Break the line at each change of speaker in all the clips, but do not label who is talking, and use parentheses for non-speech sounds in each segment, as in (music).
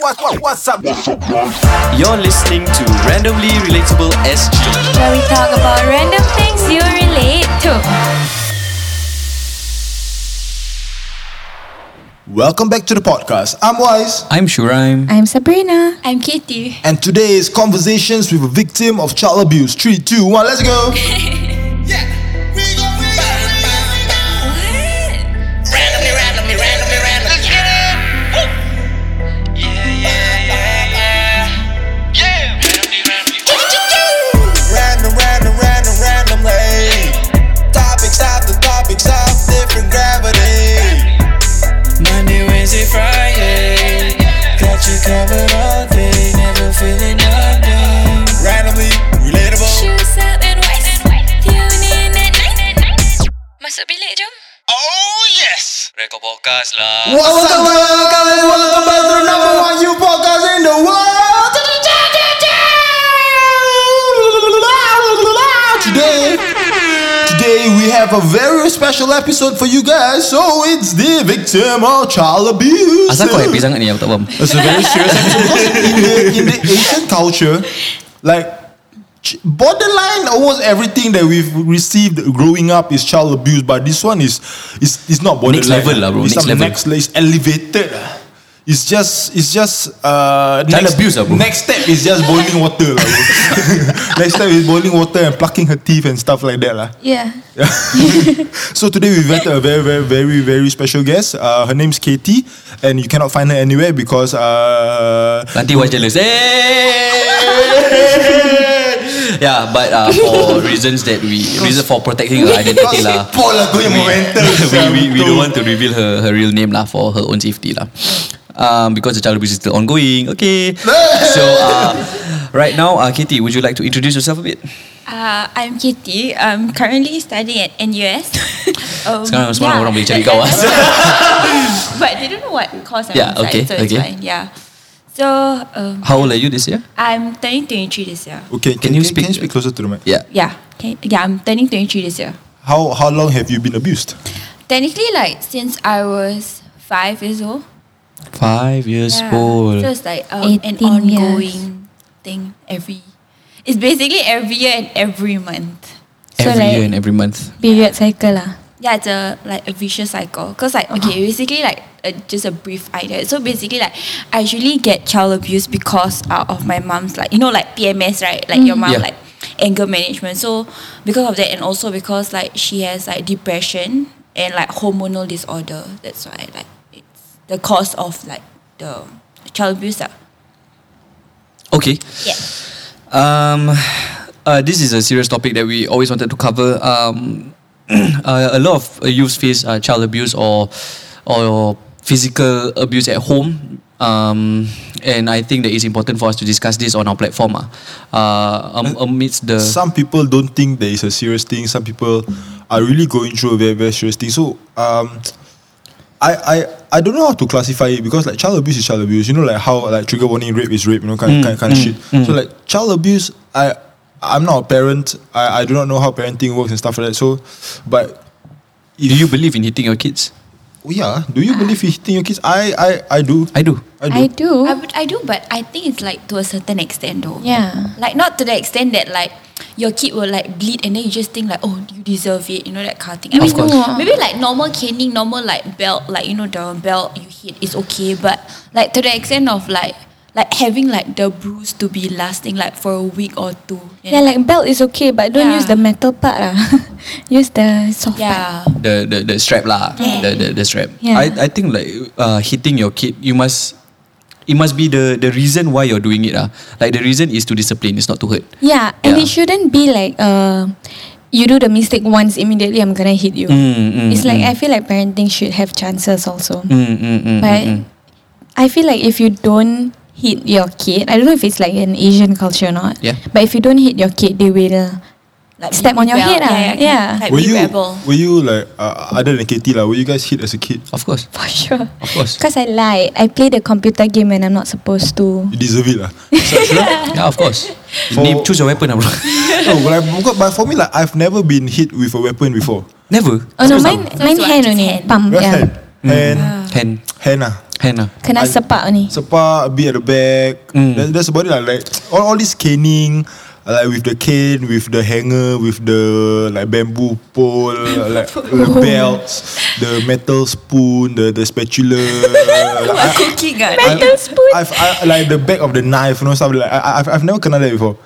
what, what, what's up?
You're listening to Randomly Relatable SG.
where we talk about random things you relate to.
Welcome back to the podcast. I'm Wise,
I'm Shuraim.
I'm Sabrina.
I'm Kitty.
and today is Conversations with a Victim of Child Abuse. Three, two, one, let's go.
randomly, randomly, randomly, randomly. Let's get it. Woo. Yeah, yeah, yeah, yeah. Yeah. Randomly, randomly. What you do? Random, random, random, randomly. Topics after topics of different gravity. Monday, Wednesday, Friday. Got you covered all day. Never feeling nothing. Randomly, relatable.
Shoes up and white. Tune in at night. Masuk bilik jom.
Oh yes. Rekod podcast lah.
What's up, guys? Welcome back to the number one you podcast in the world. Today, today we have a very special episode for you guys. So it's the victim of child abuse.
Asal kau happy sangat ni? Aku tak faham.
It's a very
(laughs)
serious episode because in the, in the Asian culture, like ch- borderline almost everything that we've received growing up is child abuse, but this one is is is not borderline.
Next level lah, bro.
It's some
Next level.
next le- it's elevated. lah. It's just it's just uh
Child
next,
abuse lah, bro.
Next step is just boiling water lah, bro. (laughs) next step is boiling water and plucking her teeth and stuff like that lah.
Yeah.
So today we've got a very, very, very, very special guest. Uh, her name's Katie, and you cannot find her anywhere because uh,
Nanti wife jealous. Eh! (laughs) yeah, but uh,
(laughs)
for reasons that we reason for protecting her identity lah.
Paul aku yang (laughs) momentum.
(laughs) we, we, we don't want to reveal her her real name lah for her own safety lah. Um, because the child abuse is still ongoing. Okay. so uh, right now, uh, Katie, would you like to introduce yourself a bit?
Uh, I'm Kitty. I'm currently studying at
(laughs)
NUS. um,
Sekarang semua orang boleh cari kau. ah.
(laughs) But they don't know what course I'm
Yeah,
inside,
okay,
so it's
okay.
fine. Yeah. So um,
How old are you this year?
I'm turning 23 this year.
Okay, can,
Can you
you speak? Can you
speak-
speak closer to the mic?
Yeah.
Yeah. Can, yeah, I'm turning 23 this year.
How how long have you been abused?
Technically, like since I was five years old.
Five years
Yeah. So it's like um, an
18
ongoing
years.
thing every. It's basically every year and every month.
every
so like-
year and every month.
Period cycle lah.
Yeah, it's a like a vicious cycle. Cause like okay, basically like uh, just a brief idea. So basically like I usually get child abuse because uh, of my mom's like you know like PMS right? Like your mom
Mm-hmm. Yeah.
like anger management. So because of that and also because like she has like depression and like hormonal disorder. That's why like it's the cause of like the child abuse. lah.
Okay.
Yeah.
Um, uh, this is a serious topic that we always wanted to cover. Um, (clears throat) uh, a lot of uh, youths face uh, child abuse or or physical abuse at home. Um, and I think that it's important for us to discuss this on our platform. ah. Uh, um, amidst the
Some people don't think there is a serious thing. Some people are really going through a very very serious thing. So um, I I I don't know how to classify it because like child abuse is child abuse. You know like how like trigger warning rape is rape. You know kind kind, kind of shit. So like child abuse, I I'm not a parent. I I do not know how parenting works and stuff like that. So, but
do you believe in hitting your kids?
oh yeah, do you believe in hitting your kids? I I I do.
I do.
I do.
I do.
I would I do, but I think it's like to a certain extent though.
Yeah.
Like not to the extent that like your kid will like bleed and then you just think like oh you deserve it you know that kind of thing. I
Of
mean,
course.
No.
Maybe like normal caning, normal like belt like you know the belt you hit is okay, but like to the extent of like like having like the bruise to be lasting like for a week or two. you
Yeah,
know?
like belt is okay, but don't
Yeah.
use the metal part lah. (laughs) use the soft part.
yeah.
the the, the strap lah, the, the the strap.
Yeah.
I I think like uh, hitting your kid, you must it must be the the reason why you're doing it ah. Like the reason is to discipline, it's not to hurt.
Yeah, and
Yeah.
it shouldn't be like uh, you do the mistake once immediately I'm gonna hit you.
Mm, mm,
it's like
mm.
I feel like parenting should have chances also.
Mm, mm, mm,
But
mm, mm.
I feel like if you don't hit your kid, I don't know if it's like an Asian culture or not.
Yeah.
But if you don't hit your kid, they will. (laughs)
Like
Step on your
rebel.
head, ah.
yeah,
Yeah.
Like
were
be
you
rebel.
were you like uh, other than Katie like were you guys hit as a kid?
of course,
For sure.
of course,
Because I lied. I play the computer game when I'm not supposed to.
You deserve it lah.
(laughs)
yeah, of course.
For-
Name, choose your weapon, ah, bro. (laughs)
no, but, I, because- but for me, like I've never been hit with a weapon before.
Never.
Oh no, mine,
So
mine
it's what,
hand
just
Mm.
only.
hand?
Pump,
Just
yeah.
hand, hand,
Hand.
hand. ah.
Hannah.
Kena
I-
sepak ni.
Sepak, be at the back.
Mm.
That, that's about it. Like, like all, all this caning, like with the cane, with the hanger, with the like bamboo
(laughs)
pole, like the belts, the metal spoon, the the
(laughs)
spatula.
(laughs)
like, I-
Cooking ah.
Metal spoon.
I've I, like the back of the knife, you know, stuff like I, I- I've I've never kena that before.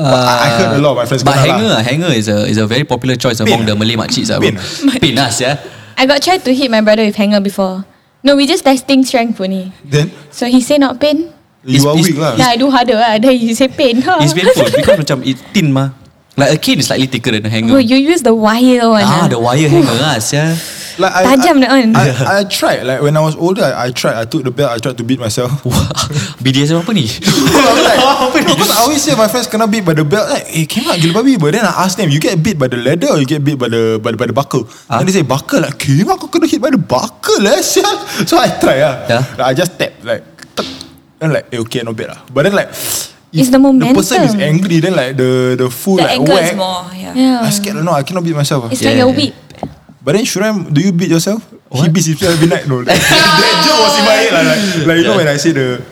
But I, I heard a lot of my friends
But
kena
hanger,
lah.
ah, hanger is a is a very popular choice
Pin
among the
ah.
Malay makciks. ah, bro.
Pin
Pin ah, sia.
I got tried to hit my brother with hanger before. No, we just testing strength only.
Then
So he say not pain.
you
It's-
are
it's-
weak lah.
Then I do harder lah. (laughs) Then he say pain. Huh?
It's
(laughs)
painful because macam it thin mah. Like a cane is slightly thicker than a hanger.
Bro, you use the wire one.
ah, the wire hanger ah, sia.
Like I,
Tajam that one.
I, I, I tried. Like when I was older, I, I tried. I took the belt. I tried to beat myself.
(laughs) Wah, BDSM apa ni?
I'm like, because I always say my friends kena beat by the belt. Like, eh, cannot gila babi. But then I ask them, you get beat by the leather or you get beat by the by the, by the buckle? And they say buckle. Like, cannot kau kena hit by the buckle eh, sial. (laughs) So I try lah.
Yeah.
Like, I just tap like, tuk. and like, eh, okay, not bad lah. But then like, if
It's the
The person is
momentum.
angry. Then like the the full
The
like
angle
whack.
is more. Yeah.
yeah.
I scared. No, I cannot beat myself. ah.
It's like
Yeah.
a whip.
But then Shurem, do you beat yourself? He beats himself every night. No, that, that joke was in my head lah. Like, like you know when I say the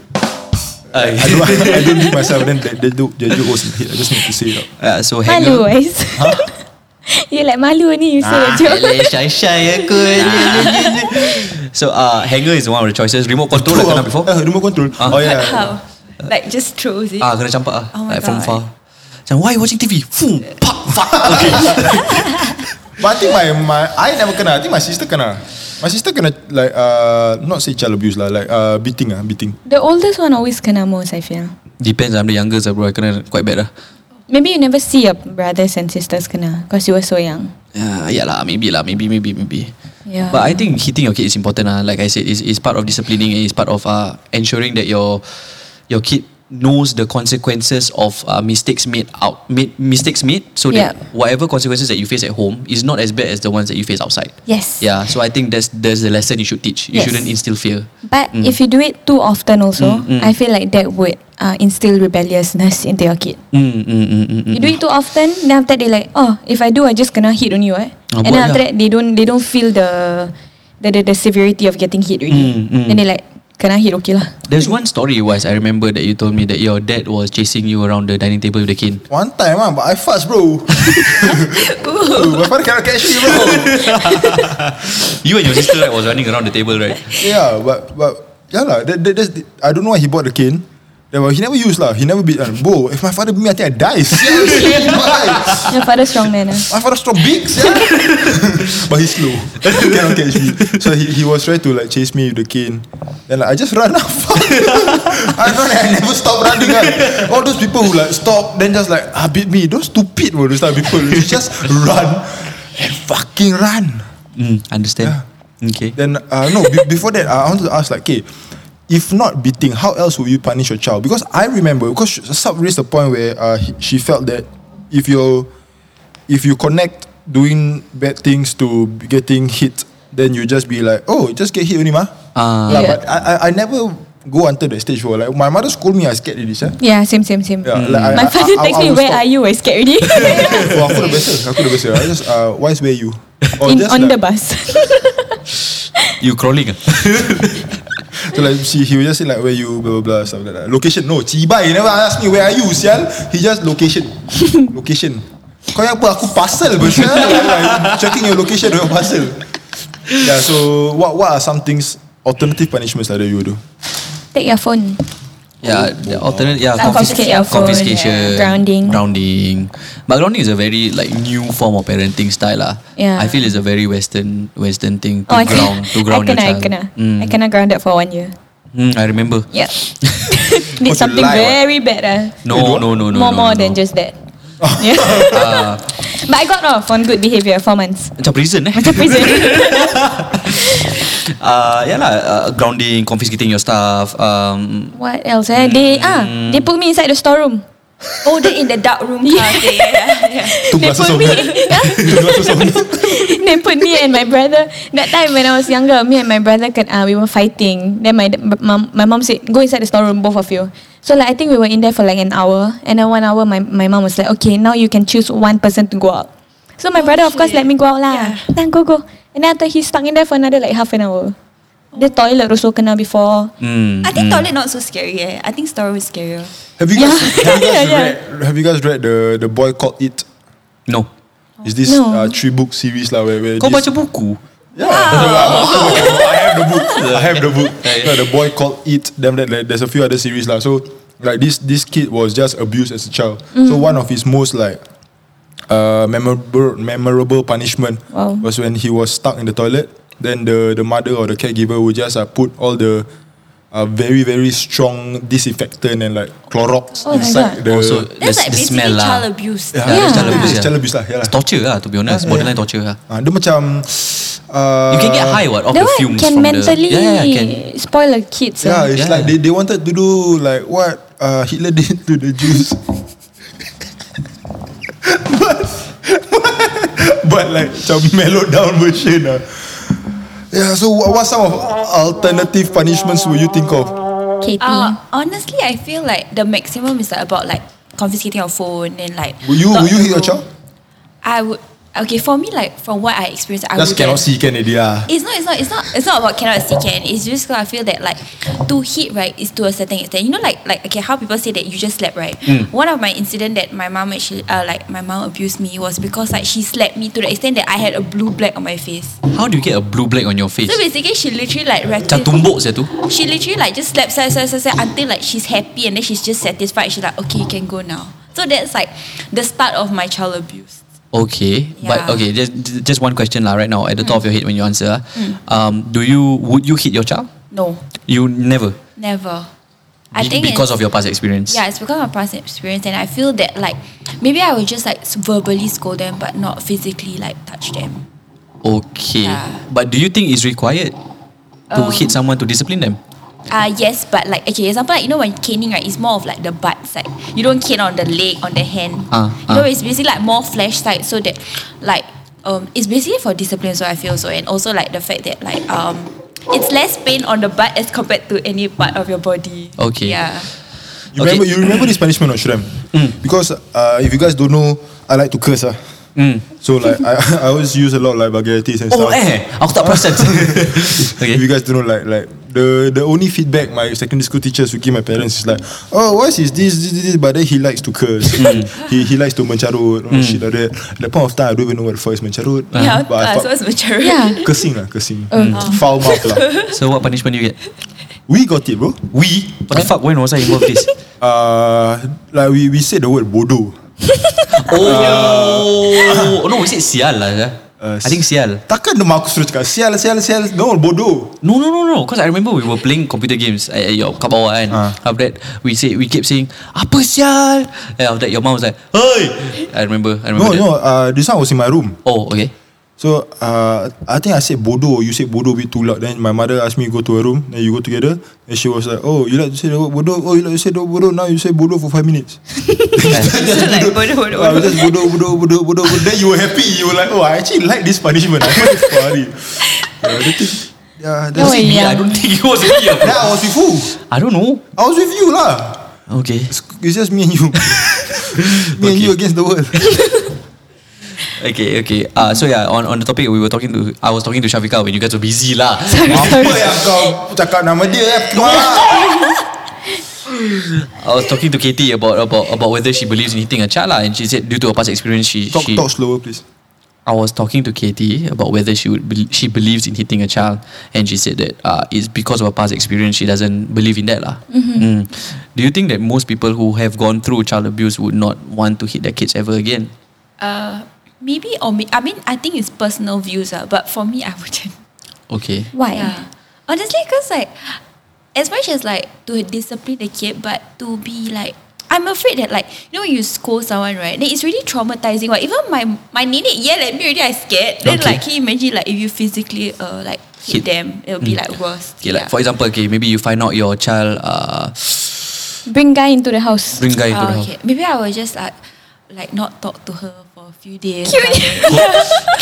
Ah,
I don't, I don't beat myself. Then that, that joke, that joke was in my head. I just need to say it out.
(laughs) ah, so
eh.
Malu
hanger.
guys. (laughs) you like malu ni you say
(laughs)
ah, the joke.
Leh, shy shy
(laughs)
aku. so uh, hanger is one of the choices. Remote control lah kena before.
Eh, remote control.
Ah.
Oh yeah.
How? Like just throws it.
Ah, kena campak ah.
Oh my
like from
God.
far. Macam, why you watching TV? Foo, pak, fuck. Okay.
But I think my my I never kena. I think my sister kena. My sister kena like uh not say child abuse lah, like uh beating ah, beating.
The oldest one always kena most I feel.
Depends, I'm the youngest lah bro. I kena quite bad lah.
Maybe you never see your brothers and sisters kena because you were so young.
Yeah, yeah lah, maybe lah, maybe, maybe, maybe.
Yeah.
But I think hitting your kid is important lah. Like I said, is is part of disciplining. Is part of uh, ensuring that your your kid knows the consequences of uh, mistakes made out made, mistakes made so that
Yeah.
whatever consequences that you face at home is not as bad as the ones that you face outside
Yes.
yeah so i think that's there's a lesson you should teach you
Yes.
shouldn't instill fear
But
Mm.
if you do it too often also, I feel like that would uh, instill rebelliousness into your kid.
mm, mm, mm, mm, mm.
You do it too often, then after that they like, oh, if I do, I just kena hit on you, eh?
Ah,
and then
buat
after
lah.
that they don't they don't feel the the the, the severity of getting hit really.
Mm, mm.
Then they like, kena hit okay lah.
There's one story wise I remember that you told me that your dad was chasing you around the dining table with the cane.
One time ah, but I fast bro. Ooh, (laughs) my father cannot catch me bro.
You and your sister right, was running around the table,
(laughs)
right?
Yeah, but but yeah lah. That, that, that's the, I don't know why he bought the cane. Yeah, but he never used lah. He never beat. Uh, bro, if my father beat me, I think I die. (laughs) Seriously, why?
Your father strong man. ah.
My father strong big, yeah. (laughs) but he's slow. (laughs) He cannot catch me. So he, he was trying to like chase me with the cane. Then like, I just run off. (laughs) I run and I never stop running. Like. All those people who like stop, then just like ah, beat me. Those stupid were those type of people. You just run and fucking run.
Mm, understand. Okay.
Then uh, no, be- before that, uh, I want to ask like, okay, if not beating, how else would you punish your child? Because I remember, because she- Sub raised the point where uh, he- she felt that if you if you connect doing bad things to getting hit, then you just be like, oh, just get hit only mah.
Ah.
Lah,
Yeah.
But I, I I never go until that stage where like my mother scold me, I scared already, sir.
Yeah, same, same, same. Mm.
Yeah, like, I-
My
I-
father
I- I- I
text me,
will
where
stop."
are
(laughs)
you? I scared already.
oh, aku dah biasa, aku dah biasa. I just uh, why is where you? Or
(laughs)
Oh,
In,
just
on
like-
the bus. (laughs)
You crawling? ah?
So like she, he will just say like where you blah blah blah stuff like that. Location no, cibai he never ask me where are you sial. He just
(laughs)
location, location. Kau yang apa aku parcel bersial like, like, checking your location or your parcel. Yeah, so what what are some things alternative punishments like that you would do?
Take your phone.
yeah. Ya, The alternate. Yeah.
Ah, confiscate your phone,
confiscation.
yeah. Grounding.
Grounding. But grounding is a very like new form of parenting style, lah.
Yeah.
I feel it's a very Western Western thing to
Oh, I
ground
kena,
to ground
(laughs) I kena,
your
I
child.
kena.
Mm,
I kena grounded for one year.
mm, I remember.
Yeah. (laughs)
you
Did something
lie, what?
very bad. ah.
No, no, no, no.
more
no,
more
no,
than
no. (laughs)
just that. yeah. (laughs) but I got off on good behavior four
(laughs)
months.
Macam prison eh
Macam prison.
(laughs) uh, Yeah lah uh, Grounding Confiscating your stuff um,
what else? Eh? They ah, they put me inside the storeroom.
Oh, they in the dark room. Yeah. yeah. yeah.
Two
They
glasses of
put me. (laughs)
milk. Two glasses of milk.
they put me and my brother. That time when I was younger, me and my brother, can, uh, we were fighting. Then my mom, my mom said, "Go inside the storeroom, both of you." So like I think we were in there for like an hour, and then one hour, my my mom was like, "Okay, now you can choose one person to go out." So my brother, of course,
Oh, shit.
let me go out lah.
Yeah.
Then go go, and then after he stuck in there for another like half an hour. The toilet also kena before.
Mm,
I think toilet not so scary. Eh. I think storeroom is scarier.
Have you guys,
Yeah.
have, you guys
(laughs) Yeah, yeah.
Read, have you guys read the the boy called It?
No.
Is this
No.
uh, three book series lah where, where
Kau
this-
baca buku?
Yeah. Oh, I have the
(laughs)
book. I have the book. Yeah, the boy called It. Them that like, there's a few other series lah. So like this this kid was just abused as a child. So
Mm-hmm.
one of his most like uh memorable memorable punishment
Wow.
was when he was stuck in the toilet. Then the the mother or the caregiver would just uh, put all the uh, very very strong disinfectant and like Clorox
Oh my
inside
God.
the.
Also,
That's
the,
like
the
basically
smell
child
lah.
abuse.
Yeah,
Yeah,
it's
child abuse, yeah.
Child abuse lah. Yeah,
It's
lah.
torture lah, to be honest.
Yeah,
Borderline
yeah.
torture lah.
Ah, dia macam uh,
You can get high what off
That
the
one
fumes
can
from
mentally
the yeah, yeah, can.
spoil uh, a kid. So.
Yeah, it's
Yeah.
like they, they wanted to do like what uh, Hitler did (laughs) to the Jews. but, (laughs) but like macam mellowed down version lah. Yeah, so what, what some of alternative punishments will you think of?
Katie.
Uh, honestly, I feel like the maximum is like about like confiscating your phone and like.
Will you
not-
will you hit your child?
I would. Okay, for me, like from what I experienced, I
Just
would.
cannot see can already ah. lah.
It's not. It's not. It's not. It's not about cannot see can. It's just 'cause I feel that like to hit right is to a certain extent. You know, like like okay, how people say that you just slept right.
Mm.
One of my incident that my mom actually uh, like my mom abused me was because like she slapped me to the extent that I had a blue black on my face.
How do you get a blue black on your face?
So basically, she literally like
Macam
rectified.
tumbuk saya tu.
She literally like just slaps, slaps, slaps, slaps, slaps until like she's happy and then she's just satisfied. She's like, okay, you can go now. So that's like the start of my child abuse.
Okay, but
Yeah. Hmm.
okay, just just one question lah. Right now, at the top of your head when you answer, ah. um, do you would you hit your child?
No,
You never.
never. I
Be-
think
because
it's-
of your past experience.
yeah, it's because of my past experience, and I feel that like maybe I would just like verbally scold them, but not physically like touch them.
Okay,
Yeah. Um,
but do you think it's required to hit someone to discipline them?
Uh yes, but like okay, example like you know when caning right, it's more of like the butt side. You don't cane on the leg, on the hand.
Ah,
you know,
ah.
it's basically like more flesh side so that like um it's basically for discipline so I feel so and also like the fact that like um it's less pain on the butt as compared to any part of your body.
Okay.
Yeah.
You
Okay.
remember you remember this punishment or Shrem? Because uh, if you guys don't know, I like to curse ah. So like I, (laughs) I always use a lot like vulgarities and
Oh
stuff.
eh, aku tak
(laughs)
perasan.
If you
okay.
guys don't know, like, like the the only feedback my secondary school teachers would give my parents is like, oh, why is this, this, this, this? But then he likes to curse. (laughs) he he likes to mencarut, all shit like that. At the point of time, I don't even know what the fuck is mencarut.
Uh-huh.
Yeah,
but I
uh, so
fuck,
it's Oh. Uh-huh. mature.
Yeah.
cursing lah, cursing, foul mouth
(laughs)
lah.
So what punishment do you get?
We got it, bro.
We. What the fuck? When was I involved
(laughs)
in this?
Uh, like we we said the word bodoh.
Oh, no, is it sial lah? sia?
Uh,
I think sial.
Takkan nama aku suruh cakap sial sial sial. No bodoh.
No, no, no, no. Because I remember we were playing computer games at, at your kat bawah kan.
Ah.
After that, we say we kept saying, apa sial? And after that, your mom was like, hey! I remember, I
No
remember that.
no. Uh, this one was in my room.
Oh, okay.
So uh, I think I said bodoh You said bodoh a bit too loud Then my mother asked me go to her room Then you go together And she was like Oh you like to say the word bodoh Oh you like to say the word bodoh Now you say bodoh for 5 minutes
(laughs) So like bodoh, bodoh,
I was
bodoh.
just bodoh bodoh bodoh bodoh bodoh. Then you were happy You were like Oh I actually like this punishment (laughs) I find it funny yeah, the thing, Oh, yeah,
No,
that's
way,
Me, I
yeah.
don't think it was
(laughs)
me.
Then I was with who?
I don't know.
I was with you lah
Okay.
It's just me and you (laughs) Me and
Okay.
you against the
(laughs)
world
Okay, okay. Uh, so yeah, on, on the topic we were talking to, I was talking to Shafika when you guys were busy lah.
Apa yang kau cakap nama dia eh? Keluar
I was talking to Katie about about about whether she believes in hitting a child lah, and she said due to her past experience, she
Talk,
she,
talk slower please
I was talking to Katie about whether she would bel she believes in hitting a child, and she said that uh, it's because of her past experience she doesn't believe in that lah.
Mm-hmm.
Mm. Do you think that most people who have gone through child abuse would not want to hit their kids ever again?
Uh, maybe or may- I mean I think it's personal views uh, but for me I wouldn't.
Okay.
Why?
Yeah. Honestly, because like, as much as like to discipline the kid, but to be like, I'm afraid that like, you know, when you scold someone, right? Then it's really traumatizing. Like, even my my nenek yell at me already, I scared. Then
Okay.
like, can you imagine like if you physically uh like hit,
Hit. Mm.
them, it'll be like worse.
Okay, like for example, okay, maybe you find out your child uh,
Bring guy into the house.
bring guy into the (laughs)
Oh,
house.
okay. Maybe I will just like like not talk to her for a few days.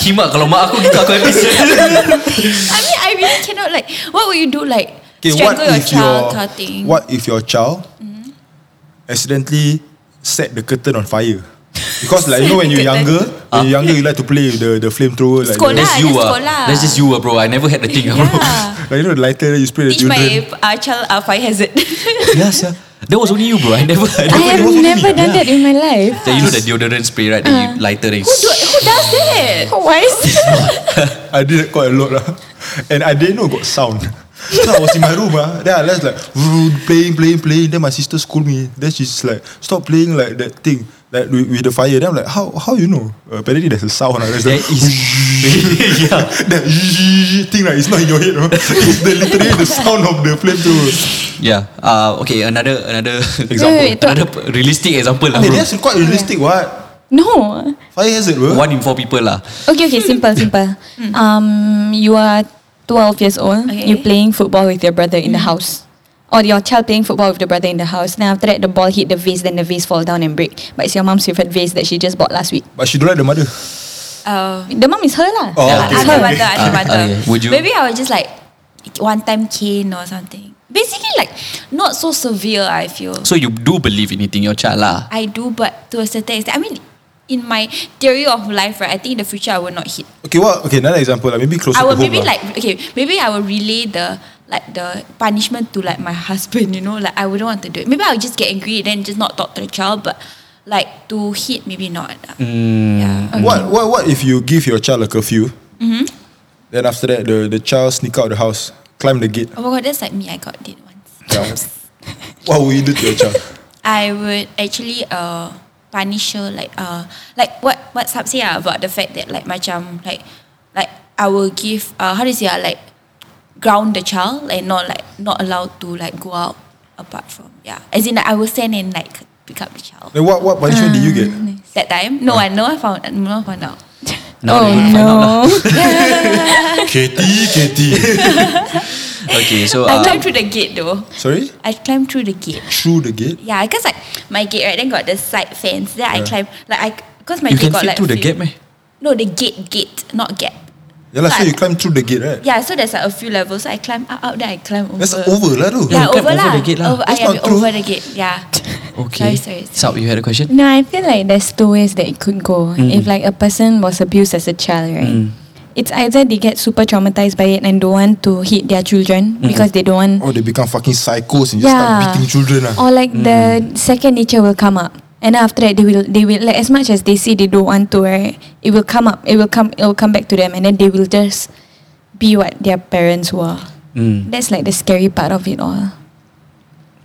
Kimak kalau mak aku gitu aku habis.
I mean, I really cannot like. What will you do? Like
Okay, what
strangle your
if your
child, kind of thing.
what if your child accidentally set the curtain on fire? Because like you know when you're
Curtain. Ah.
younger, When you're younger, you like to play with the, the flamethrower. Like,
Skolah.
the,
That's you
just
ah.
sekolah.
That's just you ah, bro. I never had the thing ah, bro. (laughs)
(laughs)
Yeah.
like, you know, the lighter, you spray the
Teach
children.
my uh, child uh, fire hazard. (laughs)
yeah, sia. That was only you bro. I never. I
I
never
have never done that in my life.
Then you know the deodorant spray right? Then you lighter then you
Uh. who, do, who does that?
Why? is-
I did that quite a lot. lah. And I didn't know got sound. So I was in my room, ah. then I was like playing, playing, playing. Then my sister scold me. Then she's like, stop playing like that thing, like with, with the fire. Then I'm like, how how you know? Uh, apparently there's a sound. ah. There's
That
like,
(laughs)
is (laughs)
(laughs)
yeah.
that thing, right? It's not in your head. ah. It's (laughs) the, literally the sound of the flamethrower.
Yeah. Uh, okay. Another another (laughs)
Example.
Wait, wait, wait, talk-
another p- realistic example lah.
Hey,
bro.
that's quite realistic, what?
(laughs) no.
Fire hazard, bro.
One in four people lah.
Okay, okay, simple, simple. Um, you are 12 years old.
Okay.
You're playing football with your brother in the house. Or your child playing football with the brother in the house. Then after that, the ball hit the vase, then the vase fall down and break. But it's your mom's favorite vase that she just bought last week.
But she don't like the mother.
Uh,
The mom is her lah.
Oh,
Yeah,
okay.
I
Under
okay.
butter, under
Ah,
butter.
okay. Would you-
Maybe I was just like one time cane or something. Basically, like not so severe. I feel
So you do believe in eating your child lah.
I do, but to a certain extent. I mean, in my theory of life, right? I think in the future I will not hit.
Okay, well, okay, another example, like maybe closer
I
to
will
home.
maybe
lah.
like okay, maybe I will relay the like the punishment to like my (laughs) husband. You know, like I wouldn't want to do it. Maybe I'll just get angry then just not talk to the child, but. Like to hit, maybe not. Yeah.
What what what if you give your child a curfew?
Mm-hmm.
Then after that, the, the child sneak out the house, climb the gate.
Oh my god, that's like me. I got did once.
Yeah. what will you do to your
(laughs)
child?
I would actually uh punish her like uh like what what Sab say ah, about the fact that like macam like like I will give uh how do you say ah, like ground the child like not like not allowed to like go out apart from yeah as in like, I will send and like pick up the child
Then what what punishment did you
(laughs)
get?
that time no I know I found no I found out
Now
oh
they will find out lah.
no.
Katie, Katie.
Okay. So
I
uh,
climbed through the gate though
Sorry,
I climbed through the gate
through the gate.
yeah because like my gate right then got the side fence then I
Yeah.
climb like I because my
you
gate
can
got
fit
like
through the
few-
gap meh?
no the gate gate not gap
Yeah, lah. so
But-
you climb through the gate, right?
Yeah, so there's like a few levels. So I climb up, up, then I climb over.
That's over, lah, tu.
Yeah,
you climb
over,
over
lah.
the gate lah.
Over,
That's
I am
not true.
over the gate. Yeah.
Okay.
Sorry, sorry, sorry.
Sab, you had a question.
(laughs) No, I feel like there's two ways that it could go. If like a person was abused as a child, right? It's either they get super traumatized by it and don't want to hit their children because they don't want
Or Oh, they become fucking psychos and just start beating children. ah. lah.
Oh.
Or like the second nature will come up. And then after that they will they will like as much as they say they don't want to, right? It will come up. It will come it will come back to them and then they will just be what their parents were.
Mm.
That's like the scary part of it all.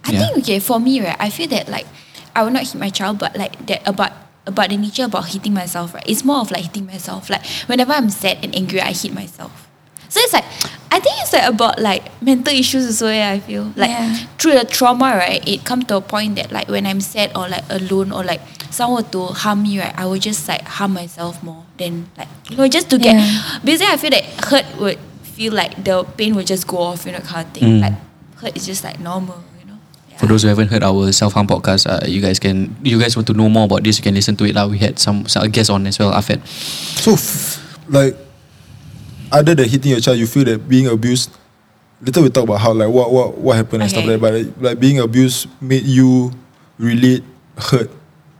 I
Yeah.
think okay for me, right? I feel that like I will not hit my child, but like that about about the nature about hitting myself, right? It's more of like hitting myself. Like whenever I'm sad and angry, I hit myself. So it's like I think it's like about like mental issues also. Yeah, I feel like
Yeah.
through the trauma, right? It come to a point that like when I'm sad or like alone or like someone were to harm me, right? I will just like harm myself more than like you know just to get.
Yeah.
Basically, I feel that hurt would feel like the pain would just go off, you know, kind of thing. Like hurt is just like normal, you know. Yeah.
Mm. For those who haven't heard our self harm podcast, uh, you guys can you guys want to know more about this, you can listen to it lah. We had some, some a guest on as well, Afed.
So, f- like, other than hitting your child, you feel that being abused. Later we talk about how like what what what happened and stuff
Okay.
like that. But like, like being abused made you relate hurt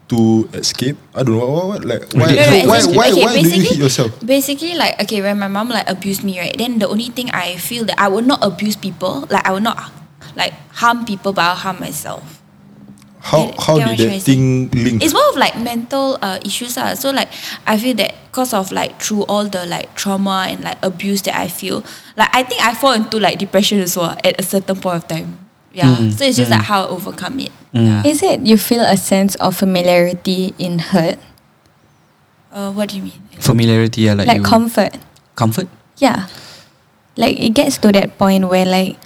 to escape. I don't know what, what, what like why
Relate
so
hurt to
why
escape.
why,
Okay,
why do you hit
basically-
yourself?
Basically, like okay, when my mom like abused me, right? Then the only thing I feel that I will not abuse people, like I will not like harm people, but I'll harm myself.
How
get-
how
get what
did
you're
that thing link?
It's more of like mental uh, issues, uh. So like I feel that because of like through all the like trauma and like abuse that I feel, like I think I fall into like depression as well at a certain point of time. Yeah. So it's just like how I overcome it. Yeah.
Is it you feel a sense of familiarity in hurt?
Uh, what do you mean?
Familiarity, yeah, like,
Like
you,
comfort.
comfort.
Yeah. Like it gets to that point where like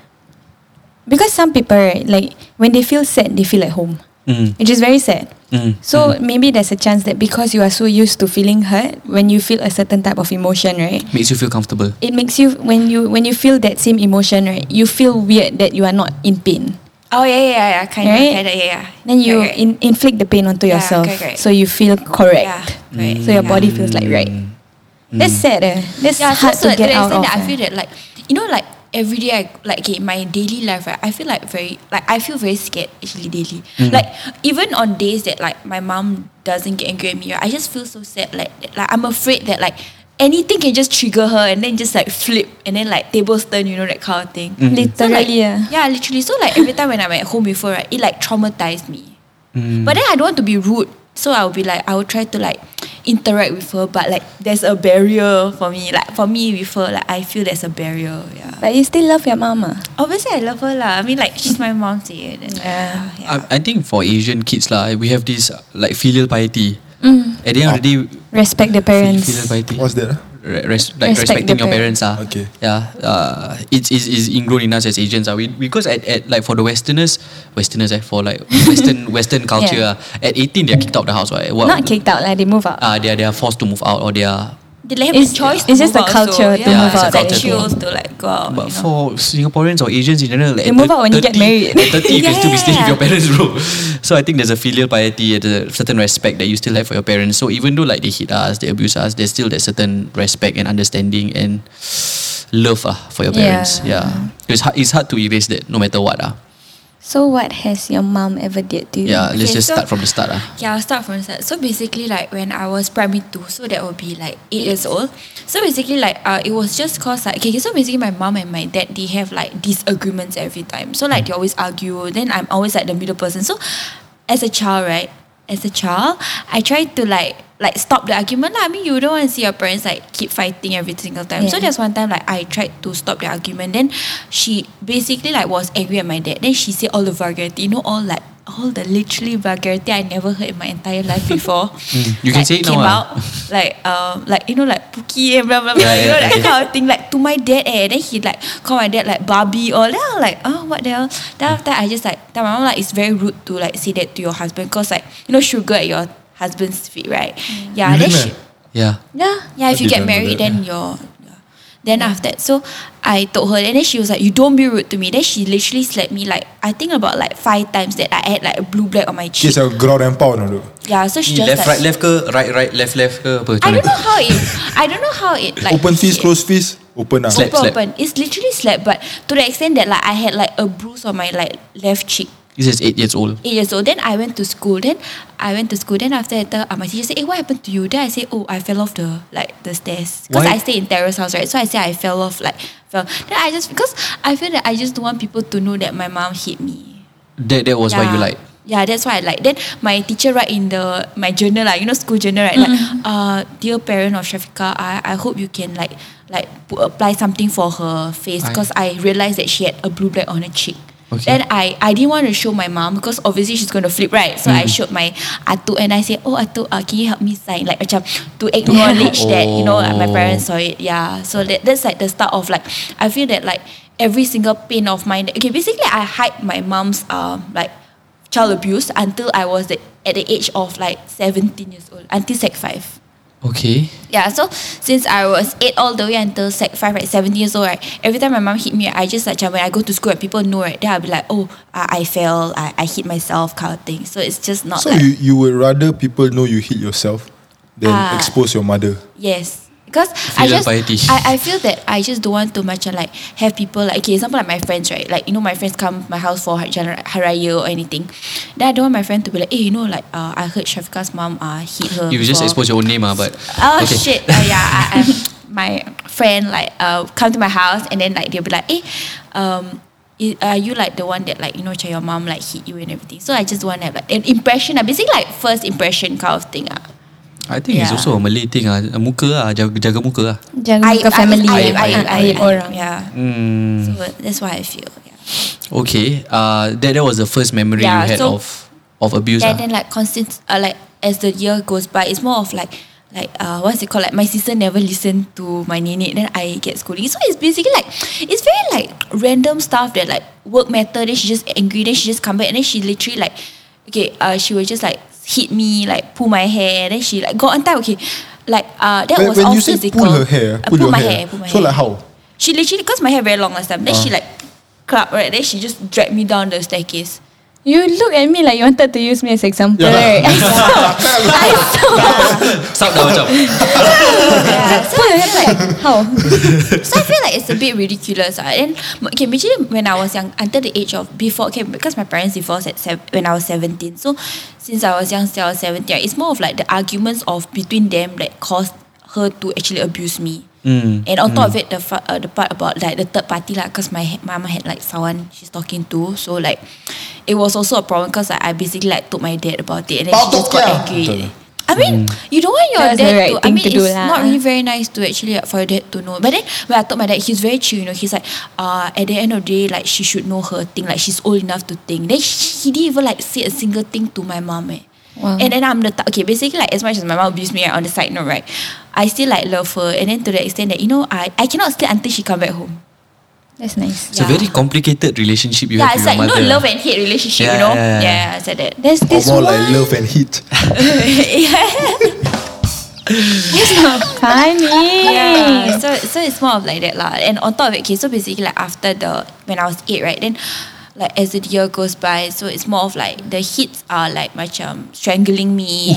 because some people right, like when they feel sad they feel at home.
Mm.
Which is very sad.
Mm.
So
Mm-hmm.
maybe there's a chance that because you are so used to feeling hurt, when you feel a certain type of emotion, right?
Makes you feel comfortable.
It makes you when you when you feel that same emotion, right? You feel weird that you are not in pain.
Oh yeah, yeah, yeah, yeah, kind
Right?
of, kind of, yeah, yeah.
Then you
Right, right.
in, inflict the pain onto
Yeah,
yourself,
correct, correct.
so you feel correct.
Yeah, correct. Mm.
So your body feels like right. That's sad. Eh? That's
yeah,
hard
so, so
to
to
get out
extent
of.
that I
eh.
feel that like you know like every day, I, like okay, my daily life, right, I feel like very, like I feel very scared actually daily. Like even on days that like my mom doesn't get angry at me, right, I just feel so sad. Like like I'm afraid that like anything can just trigger her and then just like flip and then like tables turn, you know that kind of thing. So, like,
Literally, yeah.
yeah, literally. So like every time when I'm at home before, right, it like traumatized me.
Mm.
But then I don't want to be rude. So I'll be like, I will try to like interact with her, but like there's a barrier for me. Like for me with her, like I feel there's a barrier. Yeah.
But you still love your mama.
Obviously I love her lah. I mean like she's my mom to you. Then, yeah. yeah.
I, I think for Asian kids lah, we have this uh, like filial piety.
Mm.
At the end of the day,
Respect the
fi-
parents.
filial piety.
What's that?
Re- res- like
Respect
respecting
the
your
parents.
parents ah.
Okay.
Yeah. Uh, it's is is ingrown in us as Asians ah. We because at, at like for the Westerners, Westerners eh, for
(laughs)
like Western Western culture
Yeah.
ah, at eighteen they're kicked out of the house right. What,
Not kicked out, like they move out.
Ah, they are they are forced to move out or they are.
Did they have
It's-
a choice?
it's just
the
the culture to
yeah,
move
it's
out,
Like
that is
she
all.
was to like go out.
But
you
for
know.
Singaporeans or Asians in general, like at
You move
thir-
out when you get
30
married.
At
(laughs)
thirty, you can still be staying with
Yeah.
your parents, bro. So I think there's a filial piety, there's a certain respect that you still have for your parents. So even though like they hit us, they abuse us, there's still that certain respect and understanding and love ah for your parents.
Yeah.
Yeah, it's hard. It's hard to erase that no matter what ah.
So what has your mom ever did to you?
Yeah, let's
Okay,
just
so-
start from the start ah.
Yeah, I'll start from the start. So basically, like when I was primary two, so that would be like eight years old. So basically, like uh, it was just cause like okay, so basically my mom and my dad they have like disagreements every time. So like they always argue. Then I'm always like the middle person. So as a child, right? As a child, I tried to like like stop the argument. lah. I mean, you don't want to see your parents like keep fighting every single time. So
Yeah.
there's one time like I tried to stop the argument. Then she basically like was angry at my dad. Then she said all the vulgarity, you know, all like all the literally vulgarity I never heard in my entire life
(laughs)
before.
you can
like,
say it now,
Came
ah.
out like um like you know like pookie and blah blah blah.
Yeah,
you know
yeah,
that
yeah.
kind of thing. Like to my dad eh. Then he like call my dad like Barbie or then I'm like oh what the hell. Then after that, I just like tell my mom like it's very rude to like say that to your husband because like you know sugar at your husband's feet right. Yeah.
Really,
then
man?
she,
Yeah.
yeah, yeah. If
I
you
didn't
get
know
married,
that.
then you're. yeah. Then after that, so I told her, and then she was like, "You don't be rude to me." Then she literally slapped me like I think about like five times that I had like blue black on my cheek.
Kids are ground and pound no, though.
Yeah, so she
Ni
just
left
like,
right left ke right right left left ke apa?
I
Macam
don't
mana?
know how it. I don't know how it like.
Open fist,
hit.
closed fist, open ah.
Slap.
Open, open. It's literally slap, but to the extent that like I had like a bruise on my like left cheek.
This is eight years old.
eight years old. Then I went to school. Then I went to school. Then after that, uh, my teacher said, "Hey, what happened to you?" Then I said, "Oh, I fell off the like the stairs because
Why?
I stay in terrace house, right?" So I said I fell off like fell. Then I just because I feel that I just don't want people to know that my mom hit me.
That that was why you like.
Yeah, that's why I like. Then my teacher write in the my journal, like you know, school journal, right? Like, uh, dear parent of Shafika, I, I hope you can like like pu- apply something for her face
Why?
because I realized that she had a blue black on her cheek.
Okay.
Then I, I didn't want to show my mom because obviously she's gonna flip right. So
Mm-hmm.
I showed my atu and I said, oh atu, uh, can you help me sign like macam to acknowledge that you know like, my parents
Oh.
saw it. Yeah. So that, that's like the start of like I feel that like every single pain of mine. Okay, basically I hide my mom's um like child abuse until I was the, at the age of like 17 years old, until sec 5.
Okay.
Yeah, so since I was 8 all the way until sec 5, right, 17 years old, right, every time my mom hit me, I just like, macam when I go to school and people know, right, then I'll be like, oh, I, I fell, I, I hit myself kind of thing. So it's just not
So
like,
you, you would rather people know you hit yourself than
Ah.
expose your mother.
yes. Because I
Filial
just,
piety.
I, I feel that I just don't want to macam like have people like, okay, example like my friends, right, like, you know, my friends come my house for Hari Jaya- Hari Raya or anything. Then I don't want my friend to be like, hey, you know, like, uh, I heard Shafika's mom uh, hit her.
You just
for-
expose your own name ah, but.
Oh
okay.
shit! Oh yeah, I, I, my friend like uh come to my house and then like they'll be like, eh, um, i- are you like the one that like you know macam your mom like hit you and everything? So I just want to have like an impression, uh, basically like first impression kind of thing. Uh.
I think it's
Yeah.
also a Malay thing ah, muka ah, jaga, jaga muka ah.
Jaga muka family.
I,
eh.
I,
Ah,
I, Mm.
aib orang.
Yeah. So that's why I feel. Yeah.
Okay, uh, that that was the first memory
Yeah,
you had of
so-
of abuse
Then,
ah.
then like constant, uh, like as the year goes by, it's more of like like uh, what's it called? Like my sister never listened to my nenek, then I get scolding. So it's basically like it's very like random stuff that like work matter. Then she just angry. Then she just come back, and then she literally like okay, uh, she will just like hit me, like pull my hair. Then she like got on time. Okay, like uh, that
When,
was
when
all
you say
physical.
pull her hair,
Uh,
pull, your
my
hair.
pull my
so
hair.
like how?
She literally, because my hair very long last time, then she like clap, right? Then she just dragged me down the staircase.
You look at me like you wanted to use me as example, right?
(laughs)
I saw. I saw.
Stop dah
(laughs)
macam.
Yeah, so
What?
I feel like
How?
so I feel like it's a bit ridiculous. ah. And okay, imagine when I was young, until the age of before, okay, because my parents divorced at seven, when I was 17. So since I was young, still I was 17, right, it's more of like the arguments of between them that caused her to actually abuse me. And on top of it, the fa- uh, the part about like the third party, like, cause my he- mama had like someone she's talking to, so like, it was also a problem, cause like, I basically like told my dad about it, and then she just got angry. I mean, you don't want your
That was the
dad
right
to. I
thing
mean,
to do
it's
lah.
not really very nice to actually like, for your dad to know. But then when I told my dad, he's very chill, you know. He's like, uh, at the end of the day, like she should know her thing. Like she's old enough to think. Then he, he didn't even like say a single thing to my mom. Eh.
Wow.
And then I'm the type- okay. Basically, like as much as my mom abused me right, on the side note, right, I still like love her. And then to the extent that you know, I I cannot sleep until she come back home.
That's nice.
It's a very complicated relationship you
yeah,
have
it's
with
like
your
you know,
mother. ah.
love and hate relationship.
Yeah,
you know,
yeah, yeah.
yeah. I said that. (laughs)
There's
Or
this
more
one.
like love and heat.
Funny.
Yeah. So so it's more of like that lah. And on top of it, okay, so basically like after the when I was eight, right, then like as the year goes by, so it's more of like the hits are like macam strangling me,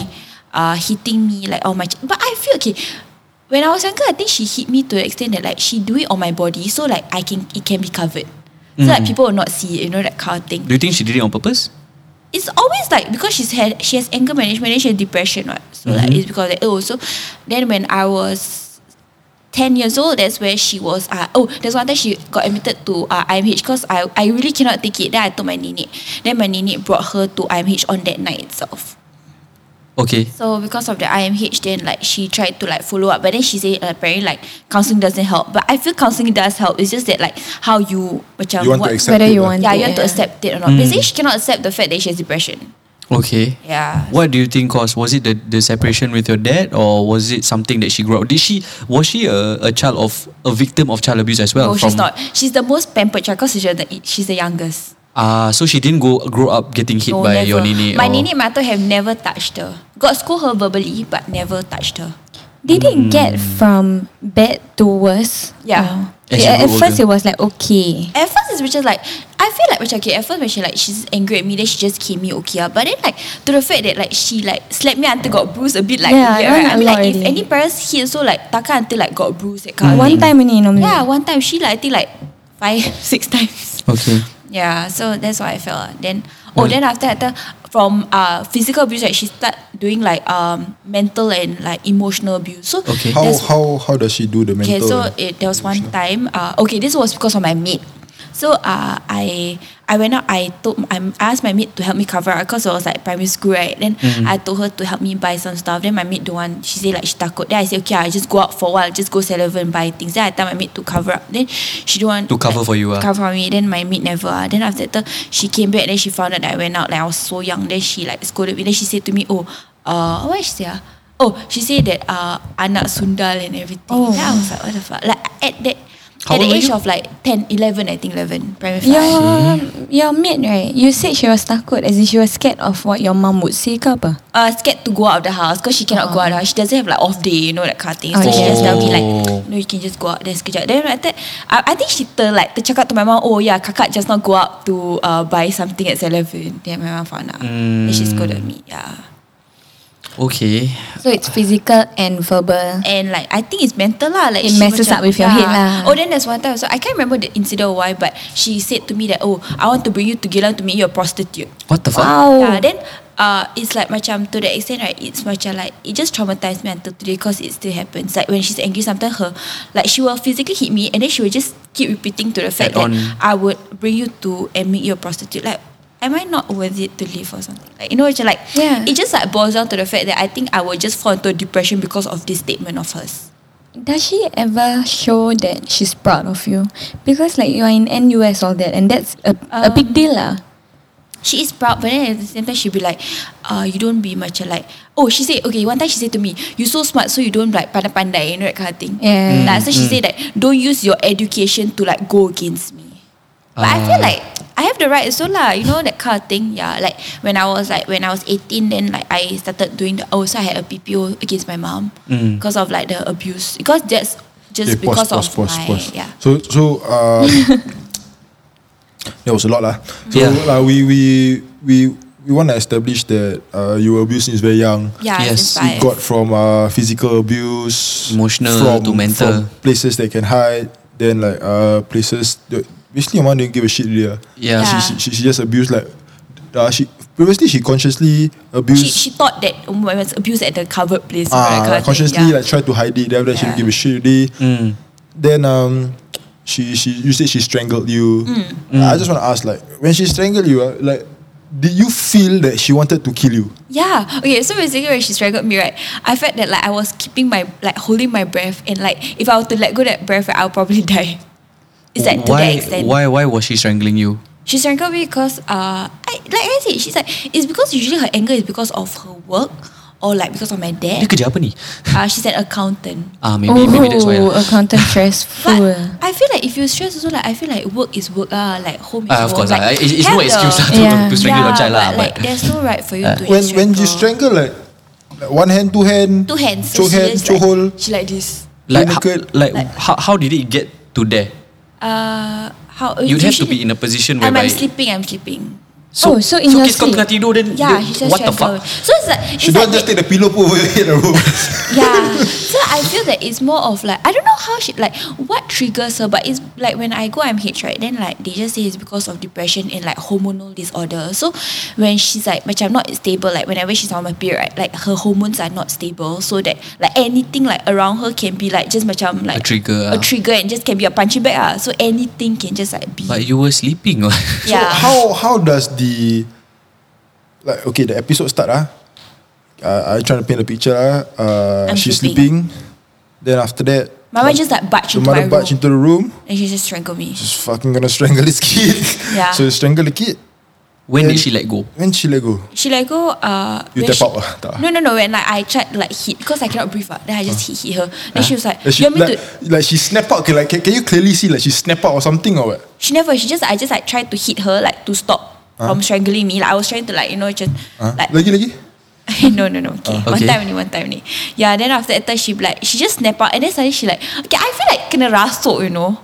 uh hitting me like on my ch- but I feel okay. When I was younger, I think she hit me to the extent that like she do it on my body, so like I can it can be covered. So like people will not see it, you know that kind of thing
Do you think she did it on purpose?
it's always like because she's had she has anger management and she has depression, right? So
Mm-hmm.
like it's because like, oh so then when I was ten years old, that's where she was uh, oh that's one time she got admitted to uh, IMH because I I really cannot take it. Then I told my nenek. Then my nenek brought her to IMH on that night itself.
Okay.
So because of the IMH, then like she tried to like follow up, but then she said uh, apparently like counseling doesn't help. But I feel counseling does help. It's just that like how you macam
You want
what-
to accept
Whether
it, Mm.
you
lah.
want
yeah
it,
you have to accept it or not. Basically, she cannot accept the fact that she has depression.
Okay.
Yeah.
What do you think caused? Was it the, the separation with your dad, or was it something that she grew up? Did she was she a, a child of a victim of child abuse as well?
No, she's
Uh, from-
not. She's the most pampered child because she's the, she's the youngest.
Ah, so she didn't go grow up getting hit
No,
by
never.
your nini.
My
or-
nini and mato have never touched her. Got scold her verbally, but never touched her.
Did
Mm.
it get from bad to worse?
Yeah.
Or-
As you
at
grew
first,
older.
it was like okay.
At first, it's just like I feel like macam okay. At first, when she like she's angry at me, then she just came me okay. ah. But then like to the fact that like she like slapped me until got bruised a bit like
Yeah,
weird,
that one
right? I
a
mean
lot
like if
already.
any parents hit so like takkan until like got bruised that kind of
One
thing.
time only normally.
Yeah, one time she like I think like five (laughs) six times.
Okay.
Yeah, so that's what I felt. lah. Then oh, then after that, from uh physical abuse, right, she start doing like um mental and like emotional abuse. So
Okay.
How
that's-
how how does she do the mental?
okay, so it, there was one time. Uh, okay, this was because of my maid. So uh, I I went out. I told I asked my maid to help me cover up because it was like primary school, right? Then
Mm-hmm.
I told her to help me buy some stuff. Then my maid don't want. She said like she takut. Then I said okay, I just go out for a while. Just go Seven and buy things. Then I tell my maid to cover up. Then she don't want
To cover for you, ah.
Cover for me. Then my maid never. ah. Then after that, she came back. Then she found out that I went out. Like I was so young. Then she like scolded me. Then she said to me, oh, uh, what she say? ah? Oh, she said that uh, anak sundal and everything.
Oh.
Then I was like, what the fuck? Like at that,
How
at the
old were
age
you?
of like 10, 11, I think 11, primary five.
Your, your maid, right? You said she was takut as in she was scared of what your mum would say ke apa?
Uh, scared to go out of the house because she cannot go out of the
Ah.
house. She doesn't have like off day, you know, that kind of thing. So
Oh,
she
yeah.
just tell me
Oh.
like, no, you can just go out there sekejap. Then after that, I, I think she ter, like, tercakap to my mom, oh yeah, kakak just not go out to uh, buy something at 7. Then my mom found out. Then she scolded
Hmm.
me, yeah.
Okay.
So it's physical and verbal.
And like I think it's mental lah. Like she
It messes
macam-
up with your head lah.
Oh, then there's one time. So I can't remember the incident or why, but she said to me that oh, I want to bring you to Geylang to meet you a prostitute.
What the fuck?
Wow.
Yeah, then uh, it's like macam to the extent right, it's macam like it just traumatized me until today because it still happens. Like when she's angry, sometimes her like she will physically hit me and then she will just keep repeating to the fact
Add
that
on.
I would bring you to and meet you a prostitute. Like. Am I not worth it to live or something? Like you know, macam like
Yeah.
it just like boils down to the fact that I think I will just fall into a depression because of this statement of hers.
Does she ever show that she's proud of you? Because like you are in NUS all that and that's a,
Um,
a big deal ah. lah.
she is proud, but then at the same time she'll be like, uh, you don't be much like oh she said okay one time she said to me you so smart so you don't like pandai-pandai you know that kind of thing
Yeah.
Like, so she said that don't use your education to like go against me but I feel like I have the right so lah you know that kind of thing yeah like when I was like when I was 18 then like I started doing the oh so I had a PPO against my mom because of like the abuse because that's just
Okay,
because
pause, pause,
of (laughs)
pause,
my
pause.
yeah
So so um, There was a lot lah. So
Yeah.
like, we we we we want to establish that uh, you were abused since very young.
Yeah,
Yes,
It
it
yes,
got from uh, physical abuse,
Emotional to mental.
from places they can hide. Then like uh, places the- basically, my mom didn't give a shit really. ah.
Yeah.
Yeah.
She, she she just abused like uh, she previously she consciously abused.
she, she thought that um, I was abused at the covered place. right,
Ah,
kind
like
of thing,
consciously like
yeah.
tried to hide it. Then after that she didn't
Yeah.
give a shit. Already.
Mm.
Then um, she she you said she strangled you.
Mm.
I just want to ask like when she strangled you, ah, like did you feel that she wanted to kill you?
Yeah. Okay. So basically, when she strangled me, right, I felt that like I was keeping my like holding my breath, and like if I were to let go that breath, right, I'll probably (laughs) die. Is that to that
why,
extent?
why, why was she strangling you?
She strangled me because uh, I, like I said, she's like it's because usually her anger is because of her work or like because of my
Dia
dad.
kerja apa ni?
Uh, she's an accountant.
Ah, maybe, maybe that's why.
Oh,
lah.
accountant
(laughs) But
stressful.
I feel like if you stress also like I feel like work is work lah, like home is
Ah, of
home.
course,
like,
lah. It's- it's no
have
excuse lah to-
Yeah.
to strangle your child lah,
but, like
but-
there's no right for you
Ah.
to
when when you
strangle.
strangle like, like one hand, two hand,
two hands, so
choke
she
hand,
just
choke
like,
hole.
She like this.
Like, how,
naked.
like, how, how did it get to there?
Uh, how
You'd have to be
usually-
in a position
I'm,
whereby.
I'm sleeping. I'm sleeping.
Oh, so in
so
your
case kau
sleep.
tengah tidur then
Yeah,
dia-
he just
what the
strangled.
fuck?
So it's like it's
She
like
don't just
that-
take the pillow put away in the
(laughs)
room.
yeah. So I feel that it's more of like I don't know how she like what triggers her, but it's like when I go MH right, then like they just say it's because of depression and like hormonal disorder. So when she's like, which I'm not stable, like whenever she's on my period, right, like her hormones are not stable, so that like anything like around her can be like just macam like
trigger, ah.
a trigger, and just can be a punching bag. Ah, so anything can just like be.
But you were sleeping. what?
yeah.
(laughs) how how does the like okay the episode start ah? Uh, I trying to paint a picture ah. Uh,
I'm
she's
sleeping.
sleeping. Then after that,
Mama just like barge
the
into my
mother barge
room
into the room.
and she just strangled me.
She's fucking gonna strangle this kid.
Yeah.
So you strangle the kid.
(laughs) when did she let go?
When she let go?
She like go uh
You
when
tap
she-
out ah, tak ah?
No no no when like I tried to like hit because I cannot breathe out. Then I just hit hit her. Then she was like,
Like Ah. she,
You want me
like,
to
like she snap out. Okay, like can, can you clearly see like she snap out or something or what?
she never she just I just like tried to hit her like to stop
Ah.
from strangling me. Like I was trying to like, you know, just
Huh?
like
Lagi lagi.
(laughs) no no no okay.
Ah.
One
Okay.
time only, one time only. Yeah, then after that she like she just snap out and then suddenly she like okay, I feel like kena rasuk, you know.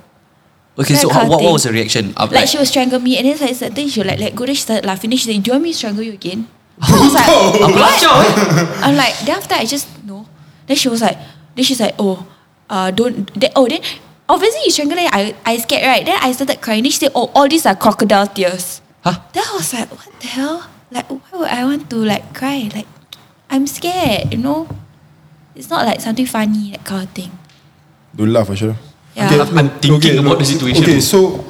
Okay, so how,
That kind of
what, what
thing.
was the reaction? Of
Like she was strangle me and then suddenly suddenly she like let go then she started laughing. Then she said, Do you want me to strangle you again? I was like, "What?" I'm like, then after I just no. Then she was like, then she's like, oh, uh, don't. Then, oh, then obviously you strangle her. I I scared right. Then I started crying. Then she said, oh, all these are crocodile tears.
Huh?
Then I was like, what the hell? Like, why would I want to like cry? Like, I'm scared. You know, it's not like something funny that kind of thing.
Don't laugh, for sure.
Yeah.
I'm- I'm thinking about the situation.
Okay, so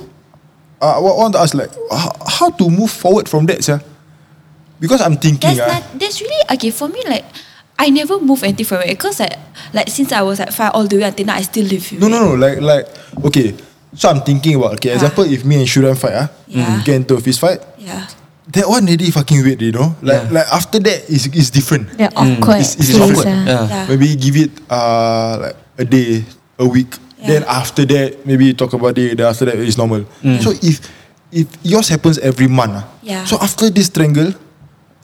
uh, what I want to ask like how, how to move forward from that, sir? Because I'm thinking,
That's
ah,
not. That's really okay for me. Like, I never move anything from it because like, like since I was like five all the way until now, I still live with
No,
it.
no, no. Like, like, okay. So I'm thinking about okay. Example, if me and Shuran fight, ah,
Ah. Yeah.
get into a fist fight.
Yeah.
That one really fucking weird, you know. Like,
Yeah.
like after that is is different.
They're
Mm,
awkward.
It's- it's
phase,
awkward.
ah.
Yeah.
Yeah.
Maybe give it uh like a day, a week. Then after that, maybe you talk about it. Then after that, it's normal.
Mm.
So if if yours happens every month, ah,
Yeah.
So after this strangle,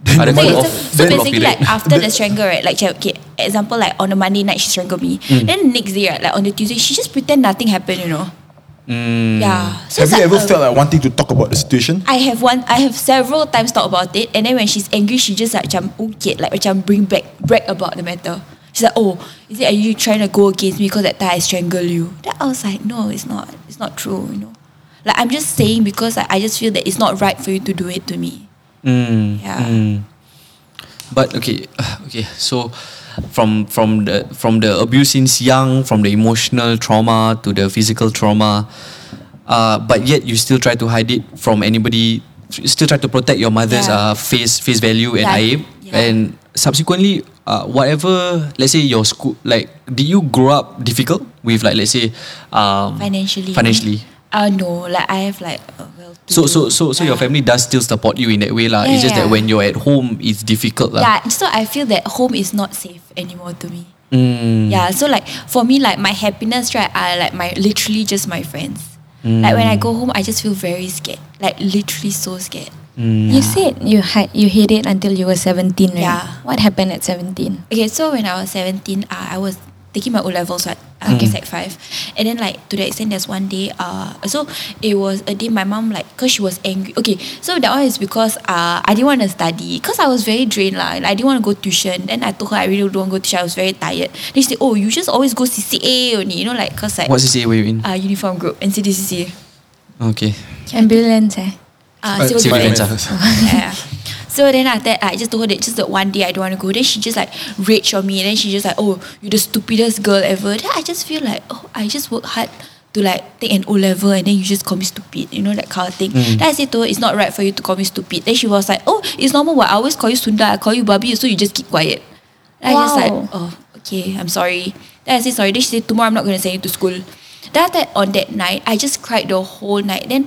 then the
Ada But
Wait,
mother-
off-
so, so
then-
basically,
off
like
period.
after the
Then-
strangle, right? Like, she- okay, example, like on a Monday night she strangled me.
Mm.
Then next day, right, like on the Tuesday, she just pretend nothing happened. You know. Yeah.
Mm.
So
have you
it's like,
ever
uh,
felt like wanting to talk about the situation?
I have one. I have several times talked about it, and then when she's angry, she just like jump ungkit, like macam bring back brag about the matter. She's like, "Oh, is it are you trying to go against me because that time I strangle you?" Then I was like, "No, it's not. It's not true. You know, like I'm just saying because like, I just feel that it's not right for you to do it to me."
Mm,
yeah.
But okay, (sighs) okay. So from from the from the abuse since young, from the emotional trauma to the physical trauma, uh, but yet you still try to hide it from anybody. you Still try to protect your mother's
Yeah.
uh, face face value and
Yeah.
aib,
Yeah.
and subsequently, uh, whatever. Let's say your school, like, did you grow up difficult with like let's say, um,
financially.
financially.
Uh no, like I have like a well.
So so so so your family does still support you in that way lah. it's
Yeah,
just that
yeah.
when you're at home, it's difficult lah.
Yeah, so I feel that home is not safe anymore to me. Yeah, so like for me, like my happiness, right, are like my literally just my friends. Like when I go home, I just feel very scared. Like literally so scared.
Mm.
You said you had you hid it until you were seventeen, right?
Yeah.
What happened at seventeen?
Okay, so when I was 17, uh, I was taking my O levels, right? Uh, okay, sec five. And then like to the extent there's one day uh so it was a day my mom like cause she was angry. Okay, so that one is because uh I didn't want to study because I was very drained lah. Like, I didn't want to go tuition. Then I told her I really don't want to go tuition. I was very tired. Then she said, Oh, you just always go CCA only, you know, like cause like
What CCA were you in?
uh uniform group and CDCC.
Okay.
Ambulance eh.
Uh, civil
civil
defense.
defense, ah.
(laughs) yeah. So then after that, I just told her that just that one day I don't want to go. Then she just like raged on me. And then she just like, oh, you're the stupidest girl ever. Then I just feel like, oh, I just work hard to like take an O level and then you just call me stupid, you know, that kind of thing. Then I said to her, it's not right for you to call me stupid. Then she was like, oh, it's normal. What I always call you Sunda, I call you Babi, so you just keep quiet. Then I just like,
Wow.
oh, okay, I'm sorry. Then I said sorry. Then she said, tomorrow I'm not going to send you to school. Then after that, on that night, I just cried the whole night. Then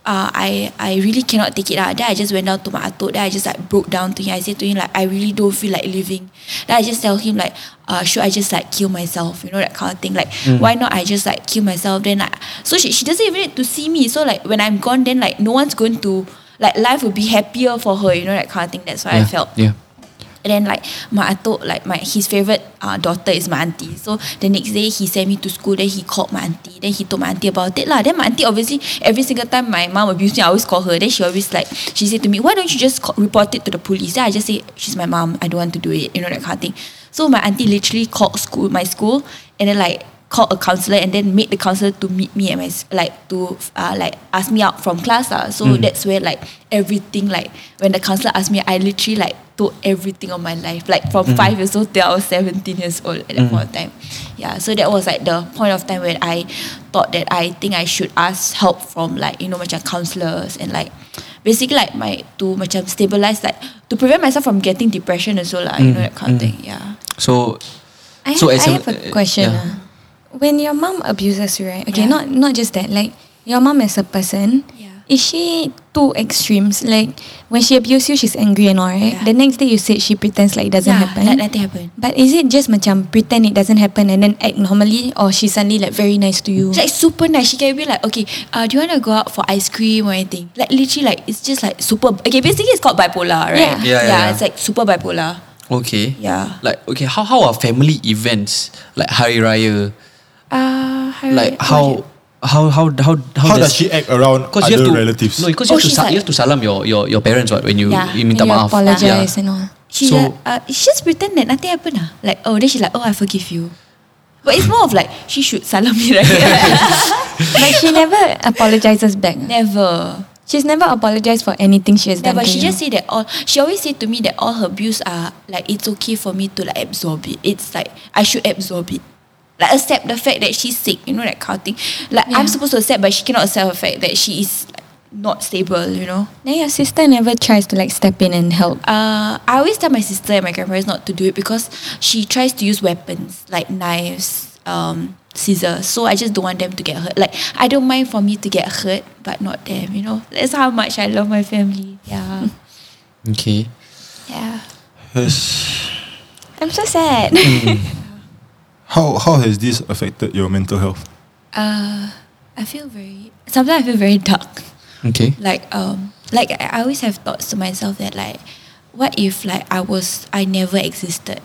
uh, I I really cannot take it lah. Then I just went down to my atuk. Then I just like broke down to him. I said to him like, I really don't feel like living. Then I just tell him like, uh, should I just like kill myself? You know that kind of thing. Like,
Mm.
why not I just like kill myself? Then I, so she she doesn't even need to see me. So like when I'm gone, then like no one's going to like life will be happier for her. You know that kind of thing. That's what
yeah.
I felt.
Yeah.
And then like my atuk, like my his favorite uh, daughter is my auntie. So the next day he sent me to school. Then he called my auntie. Then he told my auntie about it lah. Then my auntie obviously every single time my mom abused me, I always call her. Then she always like she said to me, "Why don't you just call, report it to the police?" Then I just say, "She's my mom. I don't want to do it." You know that kind of thing. So my auntie literally called school, my school, and then like called a counselor and then made the counselor to meet me at my s- like to uh, like ask me out from class lah. So that's where like everything like when the counselor asked me, I literally like told everything of my life like from five years old till I was seventeen years old at that point of time. Yeah, so that was like the point of time when I thought that I think I should ask help from like you know macam counselors and like basically like my to macam stabilize like to prevent myself from getting depression as well lah. You know that kind of thing. Yeah.
So
I,
So
have,
as
I
a-
have a question.
yeah.
ah. When your mom abuses you, right? Okay,
Yeah.
not not just that. Like your mom as a person,
Yeah.
is she two extremes? Like when she abuses you, she's angry and all, right?
Yeah.
The next day you said she pretends like it doesn't happen.
like nothing happened.
but is it just macam pretend it doesn't happen and then act normally, or she suddenly like very nice to you?
It's like super nice. She can be like, okay, uh, do you want to go out for ice cream or anything? Like literally, like it's just like super. Okay, basically it's called bipolar, right?
Yeah.
Yeah, yeah, yeah.
It's like super bipolar.
okay.
Yeah.
Like okay, how how are family events like Hari Raya?
Uh,
Like how how how how how,
How does she act around
Because you
other
have to
relatives?
No, because you,
Oh,
have to
she's
sa- you
like-
have to salam your your, your parents what when you
Yeah.
you minta
And you
maaf.
apologize
Yeah.
and all.
She
So-
like, uh, she just pretend that nothing happened. ah. Like, oh, then she's like, oh, I forgive you. But it's more of like, she should (laughs) salam
(laughs)
me, right?
but she never apologizes back.
Never.
She's never apologized for anything she has
Yeah,
done.
but she
to you.
just said that all. She always said to me that all her views are like it's okay for me to like absorb it. It's like I should absorb it, like accept the fact that she's sick. You know that kind of thing. Like I'm
Yeah.
supposed to accept, but she cannot accept the fact that she is like, not stable. You know.
Then your sister never tries to like step in and help.
Uh, I always tell my sister and my grandparents not to do it because she tries to use weapons like knives, um, scissors. So I just don't want them to get hurt. Like I don't mind for me to get hurt, but not them. You know. That's how much I love my family. Yeah.
Okay.
yeah.
I'm so sad.
Mm.
How how has this affected your mental health?
uh, I feel very sometimes I feel very dark.
Okay.
Like um, like I I always have thoughts to myself that like, what if like I was I never existed.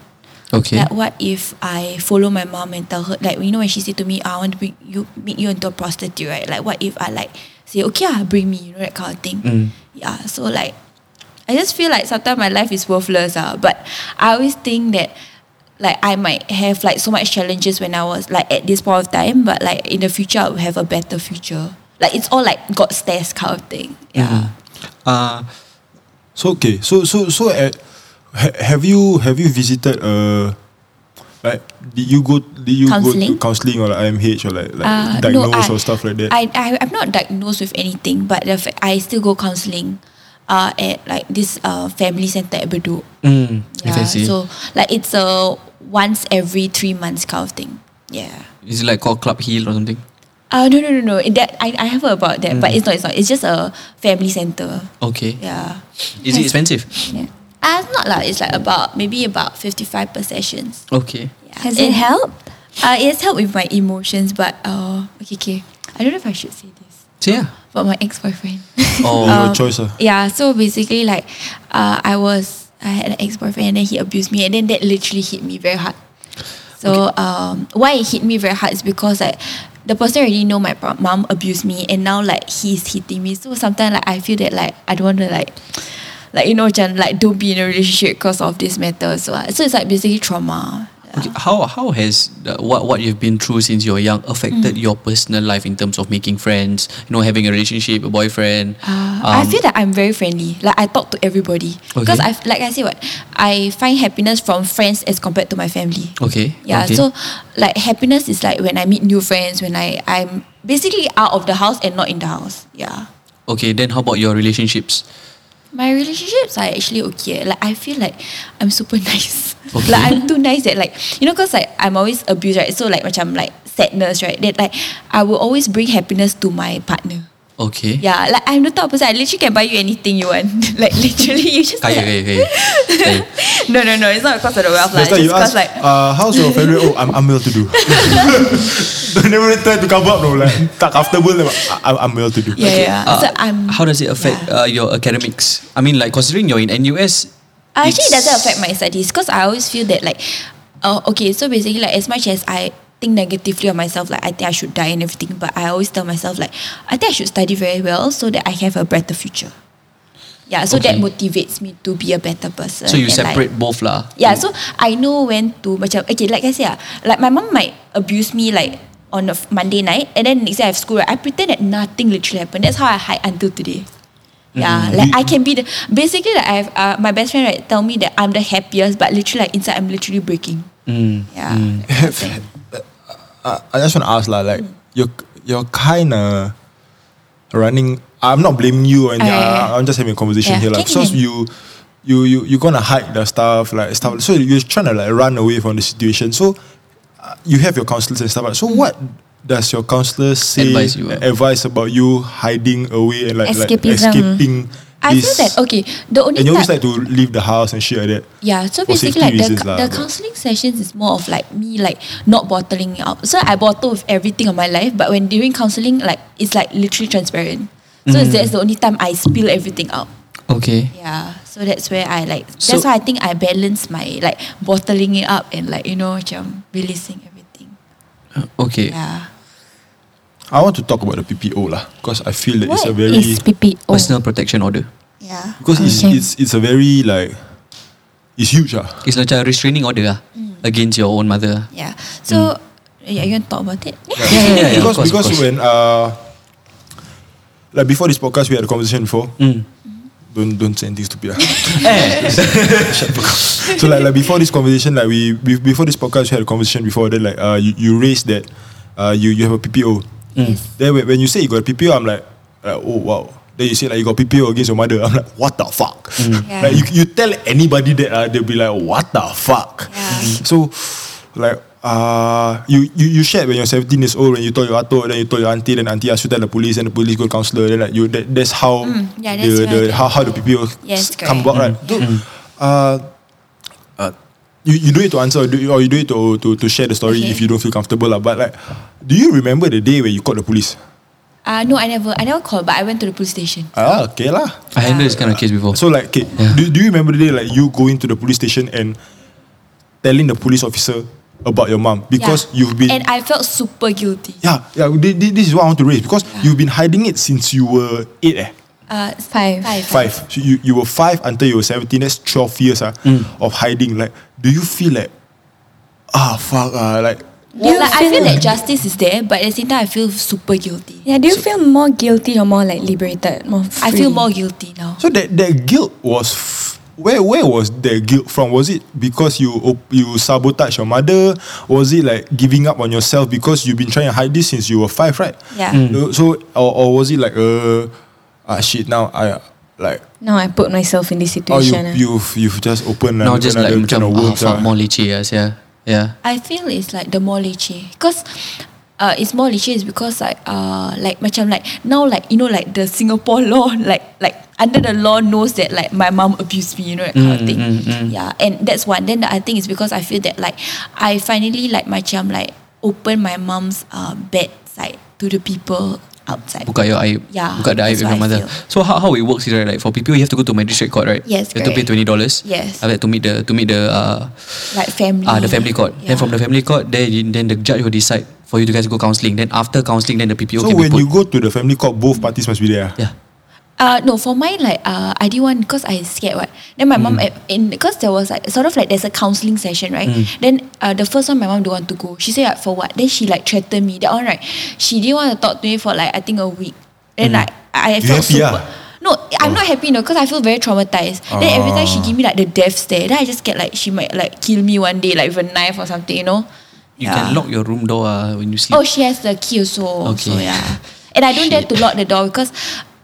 Okay.
Like what if I follow my mom and tell her like you know when she said to me I want to bring you make you into a prostitute right like what if I like say okay ah bring me you know that kind of thing
Mm.
yeah so like I just feel like sometimes my life is worthless ah but I always think that like I might have like so much challenges when I was like at this point of time but like in the future I will have a better future like it's all like God's test kind of thing yeah
Uh,
So okay, so so so uh, ha- have you have you visited uh like did you go did you go
Counselling?
to counselling or like IMH or like like
Uh,
diagnose
I-
or stuff like that?
I, I I'm not diagnosed with anything, but the fact I still go counselling, uh, at like this uh family center at Bedok.
mm, if I see.
So like it's a once every three months kind of thing. Yeah.
Is it like called Club Hill or something?
Uh, no no no no. It- That I, I have heard about that, but it's not it's not. It's just a family center.
Okay.
Yeah.
Is it expensive?
Yeah. Uh, it's not like it's like about maybe about fifty five per sessions.
Okay.
Yeah.
Has it helped?
Uh, it has helped with my emotions, but uh, okay, okay. I don't know if I should say this,
So yeah.
but my ex boyfriend.
Or
Oh.
(laughs)
your
um,
choice ah.
Yeah, so basically like uh, I was I had an ex boyfriend and then he abused me and then that literally hit me very hard. So um, why it hit me very hard is because like the person already know my pro- mom abused me, and now like he's hitting me. So sometimes like I feel that like I don't want to like. Like you know, Jan, like don't be in a relationship because of this matter. So, uh, so it's like basically trauma.
Okay, How how has uh, what what you've been through since you're young
Mm.
affected your personal life in terms of making friends, you know, having a relationship, a boyfriend?
Uh,
Um,
I feel that I'm very friendly. Like I talk to everybody because
Okay.
I like I say what I find happiness from friends as compared to my family.
Okay,
Yeah.
okay.
So like happiness is like when I meet new friends, when I I'm basically out of the house and not in the house. Yeah.
okay. Then how about your relationships?
My relationships are actually okay. Like I feel like I'm super (laughs) nice.
Okay.
Like I'm too nice that like you know because like I'm always abused right. So like macam like sadness right. That like I will always bring happiness to my partner.
Okay.
Yeah, like I'm the type of person I literally can buy you anything you want. (laughs) like literally, you just
Kaya, kaya,
like, (laughs)
kaya. Kaya.
(laughs)
no, no, no. It's not because of the wealth, lah.
Next time
It's just
you
because
ask,
like
uh, how's your
(laughs)
family? Oh, I'm, I'm well to do. (laughs) Don't ever try to cover up, no. Like, tak comfortable. like, I, I'm well to do.
yeah, yeah.
Uh,
so I'm.
how does it affect uh,
yeah.
your academics? I mean, like considering you're in NUS.
Uh,
it's-
Actually, it doesn't affect my studies because I always feel that like, uh, okay, so basically like as much as I think negatively of myself, like I think I should die and everything, but I always tell myself like I think I should study very well so that I have a better future. Yeah, so that
Okay.
motivates me to be a better person.
So you
and, like,
separate both lah.
Yeah,
Hmm.
so I know when to macam okay, like I say ah, like my mom might abuse me like on a f- Monday night, and then next day I have school. Right, I pretend that nothing literally happened. That's how I hide until today. Yeah,
Hmm.
like I can be the basically like I have uh, my best friend right tell me that I'm the happiest, but literally like inside I'm literally breaking.
Hmm.
Yeah. that's the
I,
thing.
uh, I just want to ask, lah, like,
Hmm.
you're, you're kind of running. I'm not blaming you or anything.
Ah, yeah,
I-
yeah.
I'm just having a conversation
Yeah,
here. Like,
can,
so
can.
you, you, you, you're going to hide the stuff, like, stuff. So you're trying to, like, run away from the situation. So uh, you have your counselors and stuff. Like,
Hmm.
so what does your counselor say,
Advise you, ah.
advice about you hiding away and, like, like
Escapism.
escaping?
I feel
this-
that okay. The only
And you always
time-
like to leave the house and shit like that.
Yeah, so
For
basically,
safety
like the,
reasons lah,
the
but-
counseling sessions is more of like me like not bottling it up. So I bottle with everything of my life, but when doing counseling, like it's like literally transparent. So
Mm.
it's that's the only time I spill everything out.
Okay.
Yeah, so that's where I like.
So-
That's why I think I balance my like bottling it up and like you know, macam releasing everything.
Okay.
Yeah,
I want to talk about the PPO lah, because I feel that it's a
What
very
It's PPO.
Oh. Personal protection order.
yeah.
because it's,
Okay.
it's it's a very like it's huge ah.
It's like a restraining order ah,
Mm.
against your own mother.
Yeah. So
Mm.
yeah, you want to talk about it?
Yeah, yeah, yeah, yeah,
because
of course, of
because
course.
when uh like before this podcast we had a conversation before.
Mm.
Don't don't say anything
(laughs)
stupid. ah.
Eh.
(laughs) so like like before this conversation like we, we before this podcast we had a conversation before then like uh you, you raised that uh you, you have a PPO.
Mm.
Then when, when you say you got a PPO I'm like uh, oh wow. Then you say like you got PPO against your mother. I'm like what the fuck.
Mm.
Yeah.
(laughs) Like you, you tell anybody that uh, they'll be like what the fuck. Mm-hmm.
Yeah.
So like uh you, you you shared when you're 17 years old when you told your ato then you told your auntie then auntie asked you tell the police and the police go counselor then like you that, that's how
Mm, yeah, that's
the,
where
the
the-
how, how the PPO
Yes,
s- come about right.
correct.
So, uh, uh, you, you do it to answer or, do, or you do it to, to, to share the story
Okay.
if you don't feel comfortable lah. But like, do you remember the day where you called the police?
(laughs) Uh, no, I never, I never called, but I went to the police station.
Ah, okay lah.
I handled this kind of case before.
Oh. So like, okay,
Yeah.
do, do you remember the day like you going to the police station and telling the police officer about your mom because
Yeah.
you've been
and I felt super guilty.
yeah yeah thi- thi- this is what I want to raise because you've been hiding it since you were eight eh.
Uh,
Five.
five.
five. So you, you were five until you were 17. That's 12 years ah,
Mm.
of hiding. Like, do you feel like, ah, fuck, ah, like,
Yeah, like, I feel that justice is there, but at the same time, I feel super guilty.
Yeah, do you feel more guilty or more like liberated? More
I feel
free?
more guilty now.
so that, that guilt was, f- where where was the guilt from? Was it because you op- you sabotage your mother? Was it like giving up on yourself because you've been trying to hide this since you were five, right?
Yeah.
So-
Mm.
So, or, or was it like, uh, ah, shit, now I, like,
Now I put myself in this
oh, you,
situation. ah.
you've, you've just opened
now
like,
just like
another
macam
can of
ah,
worms,
fuck
ah.
more leceh ah, sia. Yeah.
I feel it's like the more leceh because uh, it's more leceh is because like uh like macam like now like you know like the Singapore (laughs) law like like under the law knows that like my mom abused me you know that
Mm,
kind of thing yeah and that's one then the other thing is because I feel that like I finally like macam like open my mom's uh, bad side to the people outside.
buka your aib.
Yeah,
Buka the aib
that's
with your
what I
mother.
feel.
So how, how it works is right, like for PPO you have to go to magistrate court, right?
Yes,
You have to pay
correct.
twenty dollars.
Yes.
After that to meet the to meet the uh,
Like family.
Ah, the family court. Then from the family court, then you, then the judge will decide for you to guys go counselling. Then after counselling, then the PPO
So
can
when
be put.
you go to the family court, both parties must be there. ah?
yeah.
Uh, no, for mine like uh, I did one because I scared what. Then my
Mm.
mom at- in because there was like sort of like there's a counseling session right. Then uh, the first one my mom don't want to go. She said like, for what? Then she like threatened me. That one right. She didn't want to talk to me for like I think a week. Then like I
Mm. You
felt
happy ah?
super. No, I'm not happy no because I feel very traumatized. Then every
Ah.
time she give me like the death stare, then I just get like she might like kill me one day like with a knife or something, you know.
You
Yeah.
can lock your room door uh, when you sleep.
Oh, she has the key also.
Okay.
So yeah. And I don't dare to lock the door because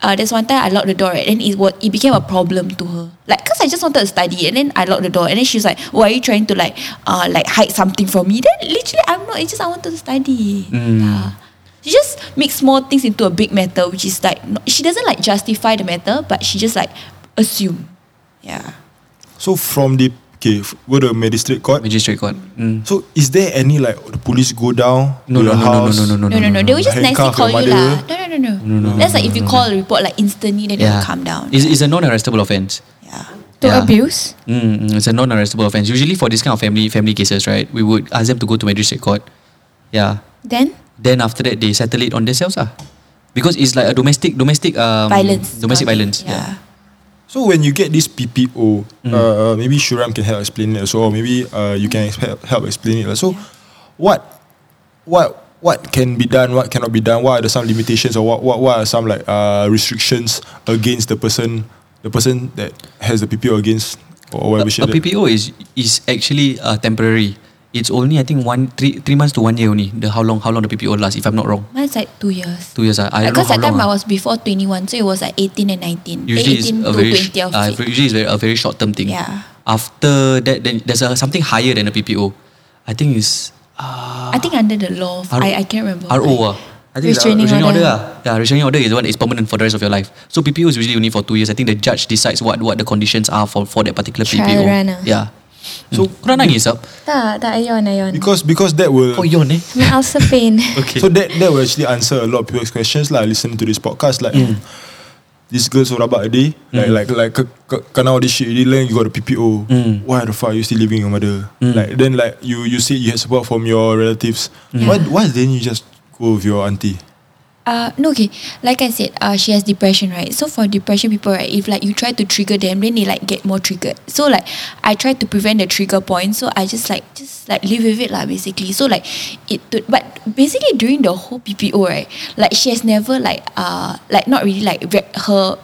uh, there's one time I locked the door right, and it was, it became a problem to her. Like, cause I just wanted to study, and then I locked the door, and then she was like, "Why are you trying to like, uh, like hide something from me?" Then literally, I'm not. It's just I wanted to study. Yeah. She just makes small things into a big matter, which is like no, she doesn't like justify the matter, but she just like assume. Yeah.
So from the okay, f- go to magistrate court.
Magistrate court. Mm.
So is there any like the police go down
No,
to
no,
your
no, no,
house?
no, no, no, no,
No, no, no. They will just nicely
Handcuff
call
your
you
mother.
lah. No, no, no, no. That's like if you call a report like instantly, then it
Yeah.
will come down.
It's, it's a non-arrestable offence.
yeah.
To
Yeah.
abuse?
Mm, mm, it's a non-arrestable offence. Usually for this kind of family family cases, right, we would ask them to go to magistrate court. Yeah.
Then
Then after that, they settle it on themselves, ah. Because it's like a domestic domestic um,
violence.
Domestic
Okay.
violence.
Yeah.
So when you get this PPO, uh, maybe Shuram can help explain it. So or maybe uh, you can ex- help help explain it. So what what what can be done? What cannot be done? What are the some limitations or what what, what are some like uh, restrictions against the person the person that has the PPO against or
A,
whatever
a
shit? that-
PPO is is actually uh, temporary. It's only I think one three three months to one year only. The how long how long the PPO lasts? If I'm not wrong,
Mine's like two years.
two years. ah. I don't know
Because
how
that
long.
time I
ah.
was before 21, so it was like 18 and 19.
usually it's
18
a
to
very sh-
20 of
uh,
it.
usually it's very, a very short term thing.
Yeah.
After that, then there's a, something higher than a PPO. I think it's
I think under the law, of-
R-
I, I can't remember.
RO. ah. I think it's
Restraining
restraining order.
order.
ah. Yeah, restraining order is the one that is permanent for the rest of your life. So PPO is usually only for two years. I think the judge decides what, what the conditions are for, for that particular
Trial
PPO.
run ah.
Yeah. So mm. kau nak nangis up.
Tak, tak, ayon, ayon.
Because because that will
Oh yon eh.
My ulcer pain.
(laughs)
Okay.
So that that will actually answer a lot of people's questions like listening to this podcast like this girl so rabak already like like like ke- ke- kena all this shit already then you got a PPO why the fuck are you still living with your mother like then like you you say you had support from your relatives why why didn't you just go with your auntie
ah.
Uh, no, okay. Like I said, uh, she has depression, right? So for depression people, right, if like you try to trigger them, then they like get more triggered. So like I tried to prevent the trigger point, so I just like just like live with it lah, basically. So like it, to, but basically during the whole PPO, right, like she has never like uh like not really like re- her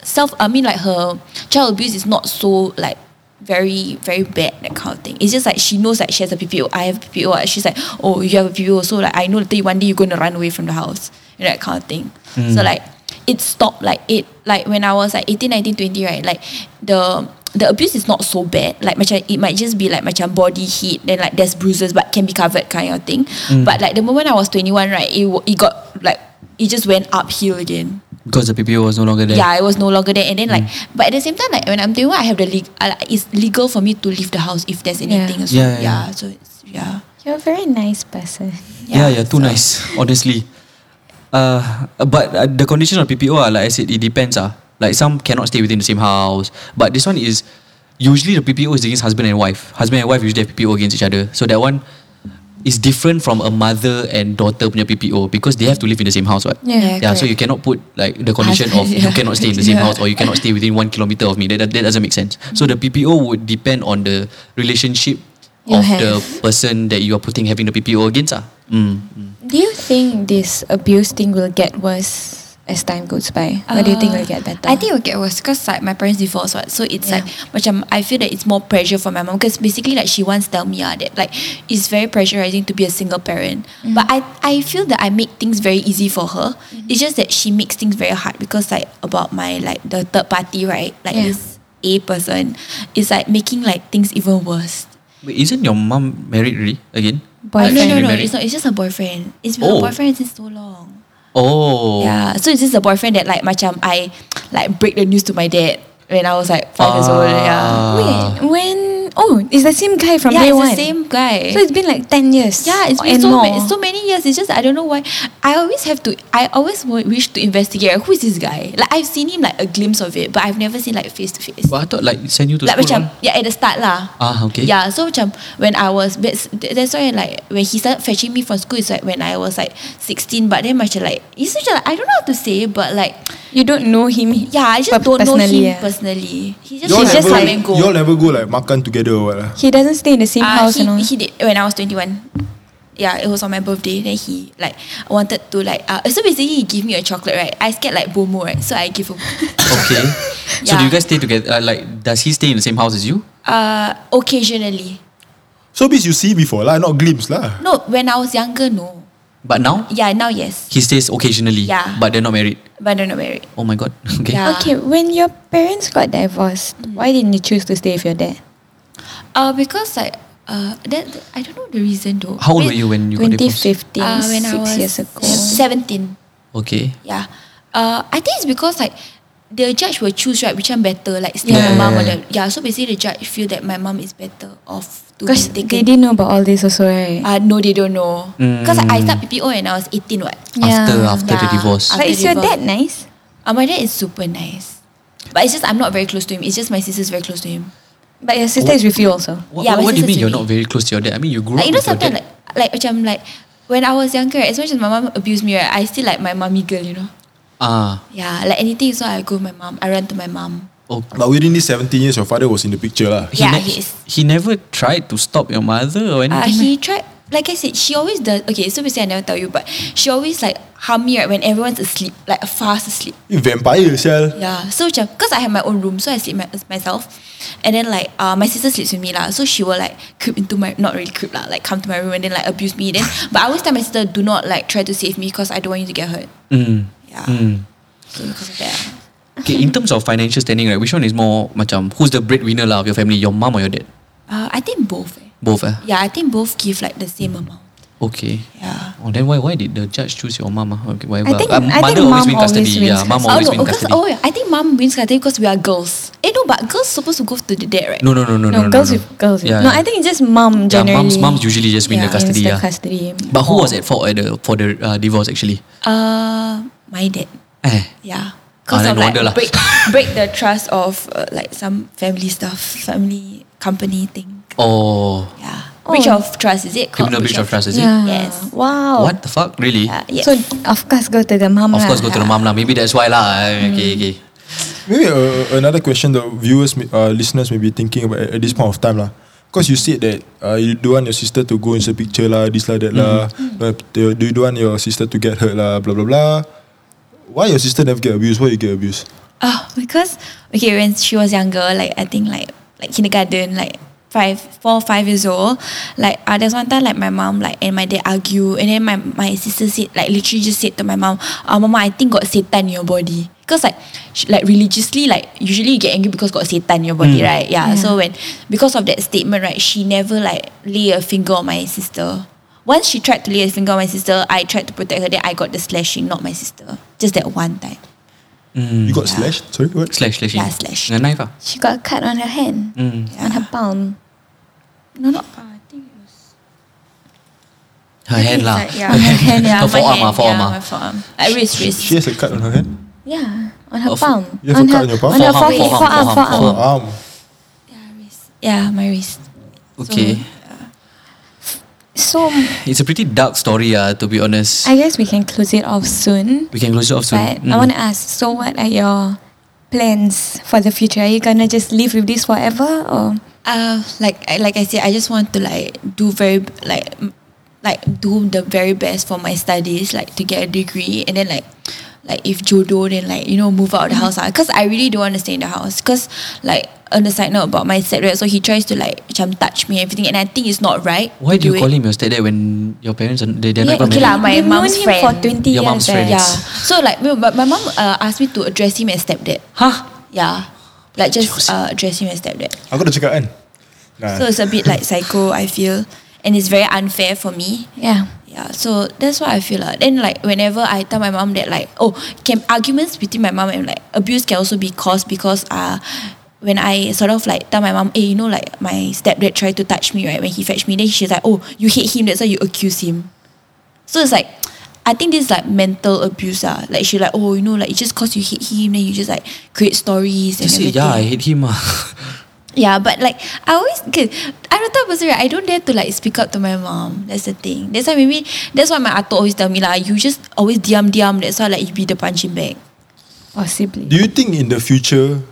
self. I mean like her child abuse is not so like very very bad that kind of thing. It's just like she knows that she has a PPO. I have a PPO. and She's like, oh, you have a PPO. So like I know that one day you're gonna run away from the house. You know, that kind of thing. So like it stopped like it like when I was like 18, 19, 20, right? Like the the abuse is not so bad. Like macam it might just be like macam body heat then like there's bruises but can be covered kind of thing. But like the moment I was 21, right, it wa- it got like it just went uphill again.
Because the PPO was no longer there.
Yeah, I was no longer there. And then like,
Mm.
but at the same time, like when I'm doing what I have the legal, uh, it's legal for me to leave the house if there's anything. So,
Yeah, yeah, yeah.
So it's yeah.
You're a very nice person.
Yeah, yeah, too
so-
nice, honestly. Uh, but uh, the condition of PPO, ah, like I said, it depends. Ah. Like some cannot stay within the same house. But this one is, usually the PPO is against husband and wife. Husband and wife usually have PPO against each other. So that one is different from a mother and daughter punya PPO because they have to live in the same house, what?
Yeah,
Yeah, so
correct.
you cannot put like the condition of
Husband, (laughs)
you
yeah.
cannot stay in the same
Yeah.
house or you cannot stay within one kilometer of me. That, that, that doesn't make sense. So the PPO would depend on the relationship of
You have.
the person that you are putting having the PPO against. Ah. Mm.
Do you think this abuse thing will get worse as time goes by? or do you think it will get better?
Uh, I think it will get worse because like my parents divorced, what? So it's
Yeah.
like, macam I feel that it's more pressure for my mom because basically like she once tell me ah, that like it's very pressurizing to be a single parent. But I I feel that I make things very easy for her. It's just that she makes things very hard because like about my like the third party, right? Like
Yeah.
this A person is like making like things even worse.
Wait, isn't your mum married really again?
Oh, no,
Boyfriend.
no, no.
Remarried.
It's not. It's just a boyfriend. It's been
Oh.
a boyfriend since so long.
Oh.
Yeah. So it's just a boyfriend that like macam I like break the news to my dad when I was like five years old. Yeah.
Ah.
Wait, when? Oh, No, it's the same guy from
yeah,
day
it's
one.
the same guy.
So it's been like ten years.
yeah, it's been
and
so,
more.
ma- so many years. It's just I don't know why. I always have to. I always w- wish to investigate who is this guy. Like I've seen him like a glimpse of it, but I've never seen like face to face.
But I thought like send you to
like
school.
macam
wrong.
yeah at the start lah.
Ah, okay.
Yeah, so macam when I was that's, that's why like when he started fetching me from school is like when I was like 16 but then macam like it's macam like I don't know how to say but like
you don't know him.
yeah I just
per-
don't know him
personally, yeah.
personally. He just
Y'all
he just
She's never-
come and go.
Y'all never go like makan together or what lah.
He doesn't stay in the same
Ah,
house
he,
and all.
he did when I was 21. Yeah, it was on my birthday. Then he like wanted to like uh, so basically he gave me a chocolate right. I scared like bomo right, so I give him. (laughs)
Okay. So
Yeah.
do you guys stay together? Uh, like, does he stay in the same house as you?
uh, occasionally.
So means you see before lah, not glimpse lah.
No, when I was younger, no.
But now
Yeah, now yes,
he stays occasionally.
Yeah.
But they're not married.
but they're not married.
Oh my god. (laughs) Okay.
Yeah. Mm.
Okay, when your parents got divorced, why didn't you choose to stay with your dad?
Uh, because like uh, that I don't know the reason though.
How old
Wait,
were you when you got divorced?
2015,
Uh, when I
six
was
years ago.
seventeen.
Okay.
Yeah. Uh, I think it's because like the judge will choose right which one better like stay
Yeah.
with the mom or the yeah. So basically, the judge feel that my mom is better off to
Because
be
they
taken.
didn't know about all this also, right?
Uh, no, they don't know. Because I
Mm.
start PPO when I was eighteen. What?
After after the
Yeah.
divorce.
After
but is your
divorce.
dad nice?
Uh, my dad is super nice, but it's just I'm not very close to him. It's just my sister's very close to him.
But your sister is with you also.
What,
Yeah,
what, what
my
do you
sister's
mean you're
with
not very close to your dad? I mean you grew
like,
up
you know
with your
sometimes
dad.
like like macam like when I was younger as much as my mom abused me right I still like my mommy girl you know
ah.
yeah like anything so I go with my mom I run to my mom
Oh.
But within these 17 years, your father was in the picture lah.
He
Yeah,
ne-
he is.
he never tried to stop your mother or anything.
uh,
like-
he tried like I said she always does okay so basically I never tell you but she always like harm me right when everyone's asleep like fast asleep
You vampire, sial.
Yeah, so macam because I have my own room, so I sleep my, myself, and then like uh, my sister sleeps with me lah. So she will like creep into my not really creep lah, like come to my room and then like abuse me. Then but I always tell my sister do not like try to save me because I don't want you to get hurt.
Mm.
Yeah,
Mm.
so because of that. ah.
Okay, in terms of financial standing, right, which one is more macam who's the breadwinner lah of your family, your mom or your dad?
Uh, I think both. Eh.
Both eh?
Yeah, I think both give like the same amount.
Okay.
Yeah.
Oh, then why why did the judge choose your mom? ah? Okay, why,
I think- I think
mother always
mum
win custody.
always wins
yeah, mom
custody.
always
oh
win
no, because
custody.
oh yeah, I think mom wins custody because we are girls. Eh no, but girls supposed to go to the dad right?
no, no, no, no, no, no,
girls
no.
with girls. with-
Yeah,
no,
yeah.
I think it's just mom
yeah,
generally.
moms, moms usually just win
Yeah,
the custody.
It's
Yeah.
the custody.
But who was at fault at the, for the uh, divorce actually?
Uh, my dad.
Eh,
Yeah. Because
Ah, then no
of like
wonder lah.
break, (laughs) break the trust of uh, like some family stuff, family company thing.
oh,
Yeah. Breach
Oh.
of trust is it? called
criminal breach of trust is
yeah.
it?
Yes.
Wow.
What the fuck, really?
Yeah, yes.
So of course go to the mom.
Of
lah.
course, go to the mom lah. Maybe that's why lah. Eh,
Mm.
Okay, okay.
Maybe uh, another question the viewers, may- uh, listeners may be thinking about at, at this point of time lah. Because you said that uh, you don't want your sister to go into picture lah, this lah, that lah.
Mm-hmm.
Uh, you you don't want your sister to get hurt lah, blah, blah, blah. Why your sister never get abused? Why you get abused?
Ah, because okay, when she was younger, like I think like like kindergarten, like five, four, five years old, like uh, there's one time like my mom like and my dad argue, and then my my sister said like literally just said to my mom, uh, "Mama, I think got satan in your body." Because like sh- like religiously, like usually you get angry because got satan in your body, right? Yeah, So when because of that statement, right, she never like lay a finger on my sister. Once she tried to lay a finger on my sister, I tried to protect her. Then I got the slashing, not my sister. Just that one time.
You
Mm.
got slashed? Sorry, what?
Mm. Slash, slash.
Yeah, slash.
Dengan knife ah.
She got a cut on her hand,
Mm.
on her palm.
No, not. Uh, I think it was.
Her hand lah. (laughs)
Like, yeah,
Her
my
hand.
hand, yeah,
Her
my
forearm ah,
hand,
forearm
yeah,
ah.
my forearm. Like wrist, wrist.
She has a cut on her hand?
Yeah, on her
Oh,
palm.
you have a
on
cut
her,
on your palm?
On her
Forearm,
forehead,
forearm,
forearm,
forearm,
forearm.
forearm.
Arm.
yeah, wrist. Yeah, my wrist.
Okay.
So
It's a pretty dark story, uh, to be honest.
I guess we can close it off soon.
we can close it off soon.
But
Mm.
I want to ask. So, what are your plans for the future? Are you gonna just live with this forever, or
Uh, like I- like I said, I just want to like do very like m- like do the very best for my studies, like to get a degree, and then like like if jodoh, then like you know move out of the house, ah. Cause I really don't want to stay in the house. Cause like on the side note about my stepdad, so he tries to like macam touch me and everything, and I think it's not right.
Why
to
do you
it.
call him your stepdad when your parents are, they, they're
Yeah,
not
okay
married?
lah, my
You've known
mom's
him
friend.
for twenty
Your
years?
mom's
right?
friend.
Yeah.
Yes.
So like, no, but my mom uh, asked me to address him as stepdad.
Huh?
Yeah. Like just
Joseph.
uh, address him as stepdad.
Aku dah cakap kan? Nah.
Uh.
So it's a bit like psycho, I feel. And it's very unfair for me.
Yeah.
Yeah, so that's what I feel like. Then like whenever I tell my mom that like, oh, can arguments between my mom and like abuse can also be caused because uh when I sort of like tell my mom, hey, you know, like my stepdad tried to touch me, right? When he fetched me, then she's like, oh, you hate him, that's why you accuse him. So it's like, I think this is like mental abuse. Ah. Like she like, oh, you know, like it's just cause you hate him, then you just like create stories and
Just say,
everything.
yeah, I hate him. ah." (laughs)
Yeah, but like I always, okay, I'm the type of person right. I don't dare to like speak up to my mom. That's the thing. That's why maybe that's why my ato always tell me like you just always diam diam. That's why like you be the punching bag.
Possibly.
Do you think in the future,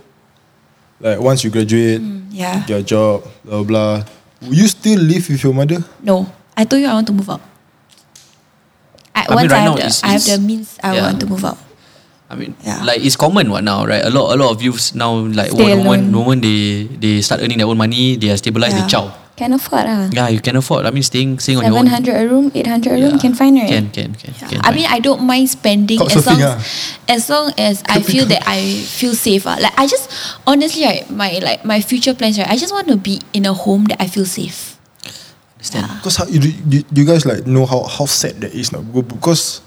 like once you graduate,
Mm, Yeah.
get a job, blah blah, will you still live with your mother?
No, I told you I want to move out. I,
mean,
once
right
I have
now
the
it's-
I have the
it's-
means, I
yeah.
want to move out.
I mean,
Yeah.
like it's common what now, right? A lot, a lot of youths now, like
Stay
one moment,
alone.
moment they they start earning their own money, they are stabilized, they
Yeah.
chow.
Can afford ah.
Yeah, you can afford. I mean, staying, staying on your
Seven
own.
hundred a room, eight hundred a room.
Yeah.
Can find right.
Can, can, can. can
I mean, I don't mind spending
Couch
as long
surfing,
as, as long as I feel that I feel safe. ah. Like I just honestly, right, my like my future plans, right. I just want to be in a home that I feel safe.
understand.
Because how, you, you, you guys like know how, how sad that is now. Go- Because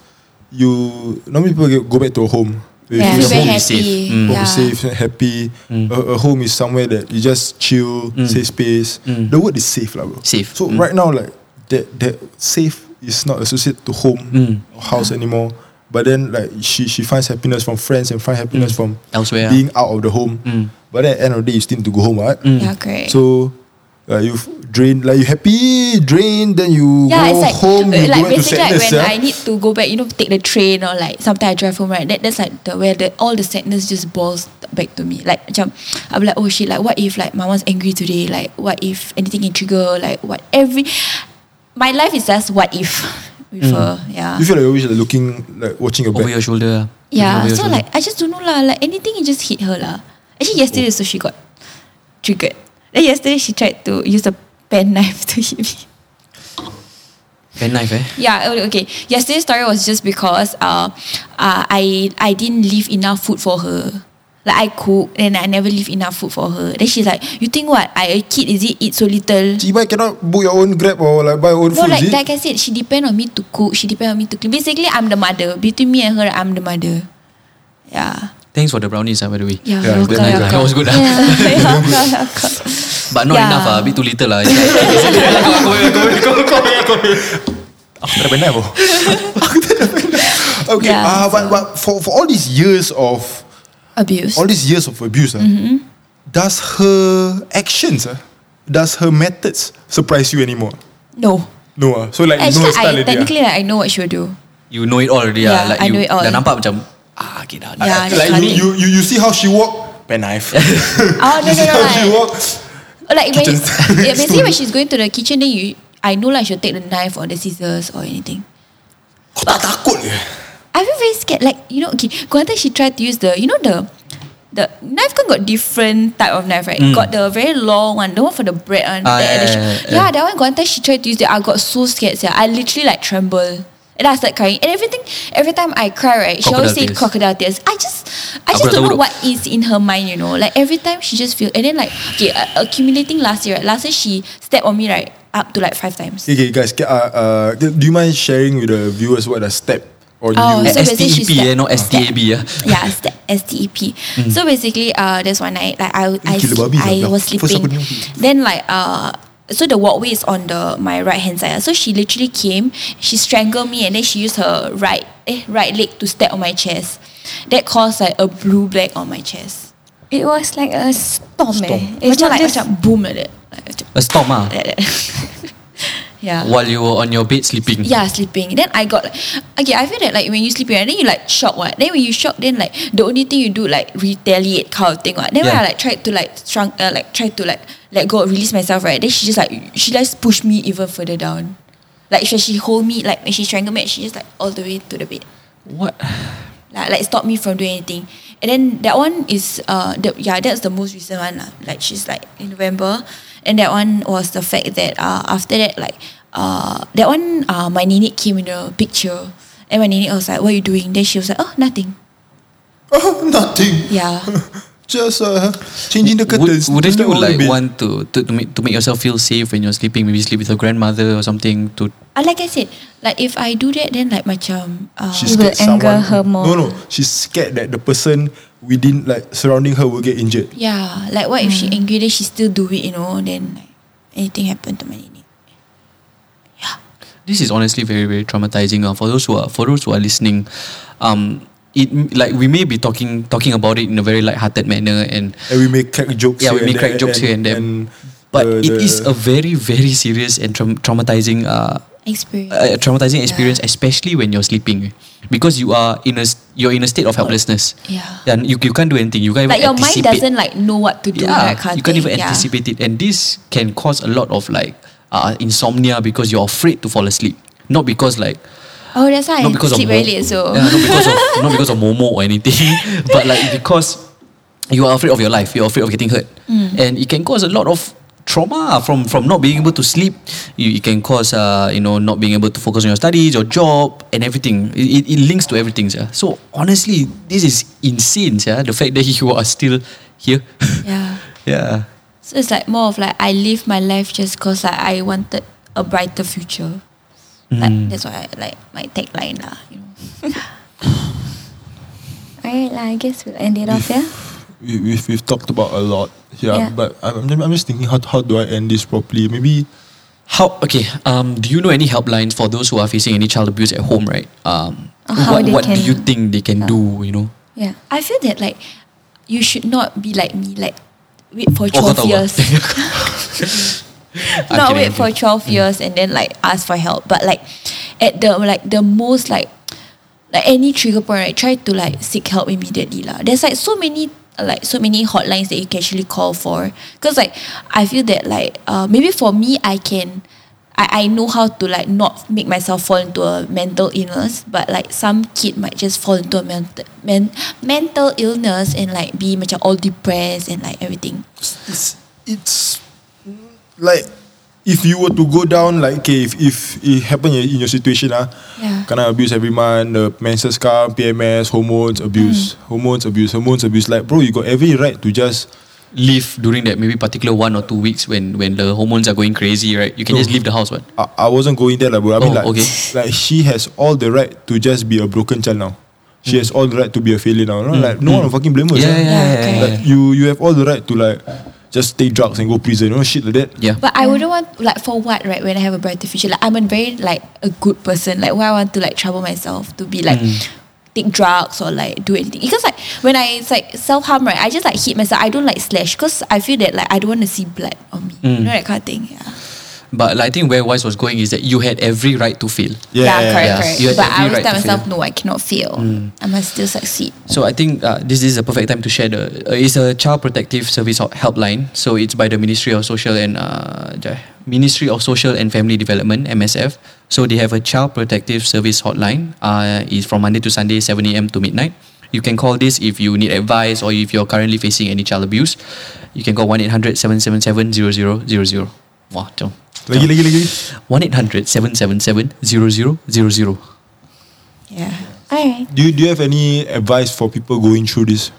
you normally people get, go back to a home. If
Yeah,
your
feel
very
home
happy.
is
safe. Mm.
home
Yeah.
is safe, happy. A, a home is somewhere that you just chill, safe space. The word is safe, lah, bro.
Mm. Safe.
So
Mm.
right now, like that, that safe is not associated to home
Mm.
or house anymore. But then, like she, she finds happiness from friends and find happiness from
Elsewhere, ah. Mm.
being out of the home. But at the end of the day, you still need to go home, right?
Yeah, correct.
So uh, you've drained, like you happy, drained, then you
yeah,
go
it's like,
home,
uh,
you go
like
back to
basically like
sadness.
when I
yeah?
need to go back, you know, take the train or like sometimes I drive home, right? That, that's like the where the, all the sadness just balls back to me. Like macam, I'm like, oh shit, like what if like mama's angry today? Like what if anything can trigger? Like what every my life is just what if (laughs) with her. Yeah.
Mm. You feel like you're always like, looking, like watching your
over
back.
your shoulder. ah.
Yeah.
Over your
So
shoulder.
like I just don't know lah. Like anything it just hit her lah. Actually yesterday so she got triggered. Then yesterday she tried to use a pen knife (laughs) to hit me.
pen knife, eh?
Yeah, o- okay. Yesterday's story was just because uh, uh, I I didn't leave enough food for her. Like I cook and I never leave enough food for her. Then she's like, "You think what? I a kid is it eat so little?"
Cibai cannot book your own grab or like buy your own
No,
food,
like
is it?
like I said, she depend on me to cook. She depend on me to clean. Basically, I'm the mother. Between me and her, I'm the mother. Yeah.
Thanks for the brownies, ah, by the way.
Yeah,
Yeah,
yeah,
that-
that was good, ah. (laughs) But not
Yeah.
enough, ah, a bit too little. lah. It's like-
Aku tak ada penat, bro. Aku tak ada penat. okay,
Yeah,
uh, but, but for, for all these years of
Abuse.
all these years of abuse, ah,
Mm-hmm.
does her actions, ah, does her methods surprise you anymore?
no.
No, ah. so like
Actually,
no style
I,
already. ah.
technically, I know what she will
(laughs)
do.
you know it all already. ah.
Yeah,
like
I
you
know it all.
Dah nampak macam, ah, okay dah.
Yeah, that's
like
what I
you,
mean.
you, you, you see how she walk, pen (laughs) knife.
Oh no
you
no
see how
no! like- oh,
she walk.
Like when,
Kitchen sink.
yeah,
(laughs)
basically when she's going to the kitchen, then you, I know like she'll take the knife or the scissors or anything.
Kau tak takut ke?
I feel very scared. Like you know, okay, one time she tried to use the, you know the, the knife kan got different type of knife, right? Got the very long one, the one for the bread one.
Mm. Ah,
the-
yeah,
the sh-
yeah, yeah,
yeah,
yeah.
that one. One time she tried to use that, I got so scared. Yeah, I literally like tremble. And I started crying. And everything, every time I cry, right, she always say
Crocodile tears.
crocodile tears. I just, I
Aku
just
dah
don't
tahu
know
dah.
what is in her mind, you know. Like every time she just feel, and then like, okay, uh, accumulating last year. Right? Last year she stepped on me right up to like five times.
Okay, guys, ca- uh, uh, do you mind sharing with the viewers what a step or
Oh,
you?
so
E
basically she
STEP, eh,
step-
not STAB. ah.
yeah, E it's the STEP.
Hmm.
So basically, uh, there's one night like I I,
Gila babi
I
lah.
was
First aku
sleeping.
ni.
Then like uh, so the walkway is on the my right hand side. So she literally came, she strangled me, and then she used her right eh, right leg to step on my chest. That caused like a blue black on my chest.
It was like a storm, eh. It's
Macam
not
like
just
macam boom like that. Like, macam
A storm, ah.
like that. (laughs) yeah.
While you were on your bed sleeping.
Yeah, sleeping. Then I got okay. I feel that like when you sleeping, right, then you like shock what. Then when you shock, then like the only thing you do like retaliate kind of thing what. Then when
Yeah.
I like tried to like strung, uh, like tried to like let go, release myself right. Then she just like she just pushed me even further down. Like she she hold me like when she strangled me, she just like all the way to the bed.
What?
Like like stop me from doing anything. And then that one is uh the, yeah that's the most recent one lah. Like she's like in November, and that one was the fact that uh after that like uh that one uh my nenek came in the picture, and my nenek was like what are you doing? Then she was like oh nothing.
(laughs) Nothing.
Yeah.
Just uh, changing the curtains.
Would,
just
wouldn't
that
you
on the
like
bed.
want to, to to make to make yourself feel safe when you're sleeping? Maybe sleep with your grandmother or something. To
Ah, like I said, like if I do that, then like macam uh,
She's
It will
scared
anger
someone,
her more.
No, no. She's scared that the person within, like, surrounding her will get injured.
yeah, like what if she angry then she still do it, you know? Then like anything happen to my nenek.
this is honestly very very traumatizing. Uh, for those who are for those who are listening, um, it like we may be talking talking about it in a very light-hearted manner and.
And we make crack jokes.
Yeah,
here
we make
and there,
crack jokes here and there. But
the-
it
the-
is a very, very serious and traum- traumatizing, uh,
Experience.
uh, traumatizing experience, especially when you're sleeping, because you are in a s- you're in a state of helplessness.
Yeah.
and you, you can't do anything. You can't
like
even
your mind
anticipate.
doesn't like know what to do.
yeah,
that kind of
you can't even
thing. yeah.
anticipate it, and this can cause a lot of like uh, insomnia because you're afraid to fall asleep, not because like
Oh, that's why
not because
I sleep
of mo-
very late. So
yeah, not
(laughs)
because of not because of Momo or anything, (laughs) but like because you are afraid of your life, you're afraid of getting hurt,
Mm.
and it can cause a lot of trauma from from not being able to sleep. You, it can cause uh you know not being able to focus on your studies, your job, and everything. It, it, it links to everything, yeah. So honestly, this is insane, yeah. The fact that (laughs) you are still here,
(laughs)
(laughs)
yeah.
yeah.
So it's like more of like I live my life just cause like I wanted a brighter future.
Mm.
Like that's why I like my tagline lah. You know.
Alright, lah, I guess we'll end it off, yeah?
we, we've, we've talked about a lot. Yeah,
Yeah.
but I'm, I'm- I'm just thinking, how, how do I end this properly? Maybe
How okay? Um, do you know any helplines for those who are facing any child abuse at home? Right. Um,
Or Uh, how
what
they
what do
can- uh.
you think they can do? You know.
Yeah.
I feel that like you should not be like me, like wait for
Oh, kau
twelve
tahu ah. (laughs)
years.
I'm
(laughs) not
kidding, I'm
wait for
kidding.
twelve years and then like ask for help. But like at the like the most like like any trigger point, right? Try to like seek help immediately lah. There's like so many like so many hotlines that you can actually call for. Cause like I feel that like uh, maybe for me I can I, I know how to like not make myself fall into a mental illness, but like some kid might just fall into a mental men, mental illness and like be much all depressed and like everything.
it's, it's like if you were to go down, like, okay, if, if it happened in your situation, ah,
Yeah.
kind of abuse every month, the menses come, PMS, hormones, abuse,
Mm.
hormones, abuse, hormones, abuse. Like, bro, you got every right to just
leave during that maybe particular one or two weeks when when the hormones are going crazy, right? You can just leave the house, what?
I, I wasn't going there, like, bro. I mean,
Oh,
like,
okay.
like she has all the right to just be a broken child now. She has all the right to be a failure now. No, like, no one will fucking blame her.
Mm, Yeah, yeah,
sia.
yeah.
Yeah,
yeah,
Like, you, you have all the right to like just take drugs and go prison. You know, shit like that.
yeah.
But I wouldn't want like for what right when I have a brighter future. Like I'm a very like a good person. Like why I want to like trouble myself to be like
Mm-hmm.
take drugs or like do anything. Because like when I it's like self harm right, I just like hit myself. I don't like slash because I feel that like I don't want to see blood on me. You
Mm.
know that kind of thing. Yeah.
But like, I think where Wise was going is that you had every right to fail.
Yeah, yeah, yeah.
correct,
yeah.
correct.
You have
but
every
I always
right
tell
to Mm.
myself,
fail.
no, I cannot fail. I must still succeed.
So I think uh, this, this is a perfect time to share the. Uh, it's a child protective service hel- helpline. So it's by the Ministry of Social and uh, the Ministry of Social and Family Development (MSF). So they have a child protective service hotline. Uh, it's from Monday to Sunday, seven a.m. to midnight. You can call this if you need advice or if you're currently facing any child abuse. You can call 1-800-777-0000. Wah, jom.
Lagi, lagi, lagi.
1-800-777-0000.
Yeah.
Alright.
Do you, do you have any advice for people going through this?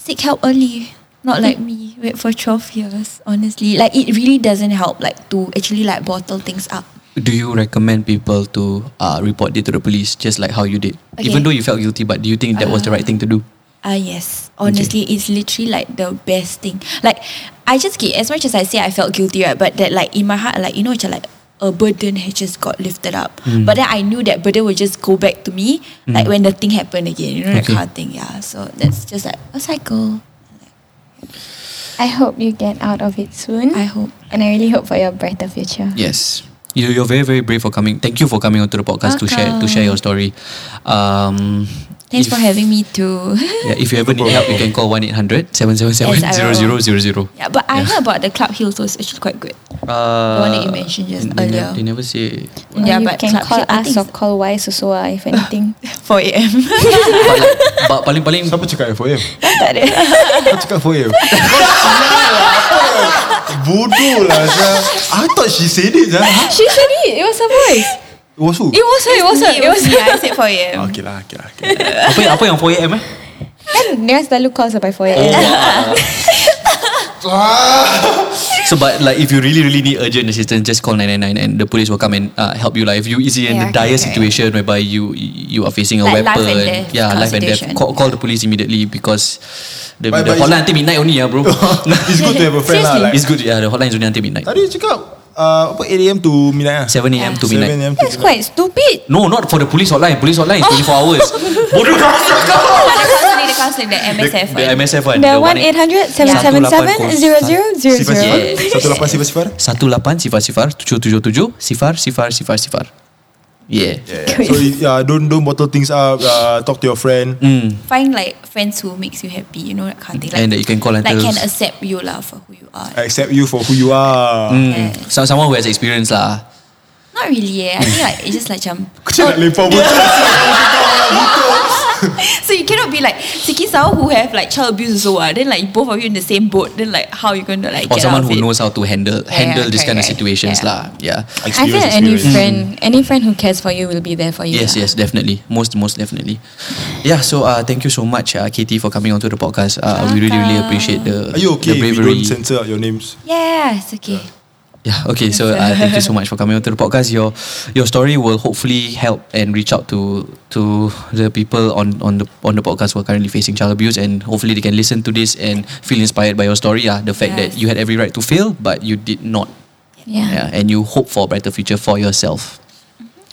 seek help early. Not like me, wait for 12 years, honestly. Like, it really doesn't help, like, to actually, like, bottle things up.
Do you recommend people to uh, report it to the police, just like how you did?
Okay.
Even though you felt guilty, but do you think that was the right thing to do?
Ah yes, honestly, it's literally like the best thing. Like, I just get as much as I say I felt guilty, right? But that like in my heart, like you know, macam like a burden had just got lifted up. But then I knew that burden would just go back to me, like when the thing happened again. You know that
Okay.
kind of thing, yeah. So that's just like a cycle.
I hope you get out of it soon.
I hope.
And I really hope for your brighter future.
Yes. You, you're very very brave for coming. Thank you for coming onto the podcast to share to share your story. Um,
Thanks
if-
for having me too.
Yeah, if you ever need help, you can call 1 800 777
(laughs) yeah, but I heard about the Club Hill, so it's actually quite good. the one that you mentioned just
Uh, they, ne-
earlier.
they never say.
Or
yeah,
you
but
can
Club
call
Hill, I
us
think
or call Wise also ah, if anything.
it's 4 a.m.
but, like, but paling paling
(laughs) Siapa cakap FOM? Siapa cakap FOM? Bodoh lah sia. I thought she said it sia. Huh?
(laughs) she said it. It was her voice.
It was who?
(laughs)
It was her. It was her. It was
me,
her. (laughs)
I said 4 a.m.
Okay lah, okay lah. Okay. lah.
apa yang- apa yang 4 am eh?
Kan dia selalu call sampai 4 AM.
So, but like if you really, really need urgent assistance, just call 999 and the police will come and uh, help you. Like if you is in
Yeah,
a dire
correct,
situation whereby you you are facing a
Like life
weapon,
and death
yeah,
kind of
life and death,
situation.
call, call the police immediately because the,
But-
the
but
hotline until midnight only,
(laughs)
yeah, bro. (laughs)
It's good to have a friend lah. Like,
it's good, yeah. The hotline is only until midnight.
tadi cakap uh, apa 8 a.m. to midnight ah?
7 a.m. to
7
midnight.
a.m. to
That's quite stupid.
No, not for the police hotline. Police hotline is 24 hours.
(laughs)
Bodoh kau.
the counseling, the counseling, the MSF.
The MSF one.
The
one eight-
1-800-777-0000.
Sifar
Yeah.
sifar 18 sifar
18 sifar sifar 777 sifar sifar sifar sifar. Yeah.
So yeah, don't don't bottle things up. Uh, talk to your friend.
Mm.
Find like friends who makes you happy, you know that kind of thing. Like,
And that you can call
like
until-
can accept you lah for who you are.
Accept you for who you are.
Mm.
Yeah.
So, Hmm. someone who has experience lah.
Not really. Eh. I think like it's just like
(laughs)
macam.
Kecil nak lempar botol.
So you cannot be like seeking someone who have like child abuse also. ah. Then like both of you in the same boat. Then like how you gonna like
or
get
someone
out of
who
it?
knows how to handle handle this
correct,
kind of
correct.
situations
Yeah.
lah. Yeah.
I feel any friend, any friend who cares for you will be there for you. ah.
Yes,
lah.
yes, definitely. Most, most definitely. Yeah. So, uh, thank you so much, uh, Katie, for coming onto the podcast. Uh, we really, really appreciate the
Are you okay?
the
if We
bravery.
don't censor out your names.
Yeah, it's okay.
Yeah. Okay. So,
(laughs)
uh, thank you so much for coming onto the podcast. Your your story will hopefully help and reach out to to the people on on the on the podcast who are currently facing child abuse, and hopefully they can listen to this and feel inspired by your story. Yeah. The fact that
Yes.
you had every right to fail, but you did not.
Yeah.
Yeah. And you hope for a better future for yourself.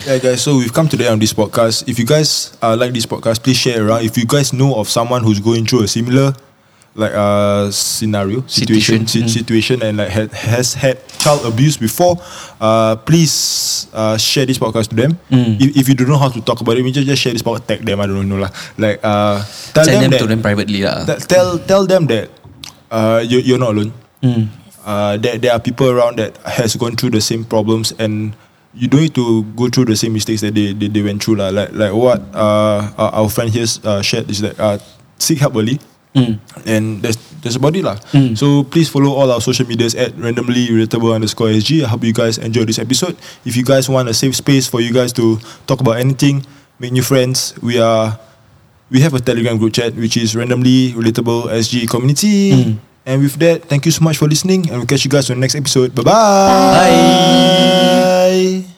Yeah, guys. So we've come today on this podcast. If you guys uh, like this podcast, please share it around. If you guys know of someone who's going through a similar like uh scenario situation si-
Situation, mm.
situation and like had, has had child abuse before uh please uh share this podcast to them
Mm.
if, if you don't know how to talk about it we just, just share this podcast tag them i don't know lah like uh tell them,
Send them,
that,
to them privately lah.
Th- tell tell them that uh, you, you're not alone. Uh, that there are people around that has gone through the same problems and you don't need to go through the same mistakes that they they, they went through lah. Like like what uh, our our friend here uh, shared is that uh, seek help early. And that's that's about it lah. So please follow all our social medias at randomly irritable underscore sg. I hope you guys enjoyed this episode. If you guys want a safe space for you guys to talk about anything, make new friends, we are we have a Telegram group chat which is randomly relatable SG community. And with that, thank you so much for listening, and we'll catch you guys on the next episode. Bye-bye. bye bye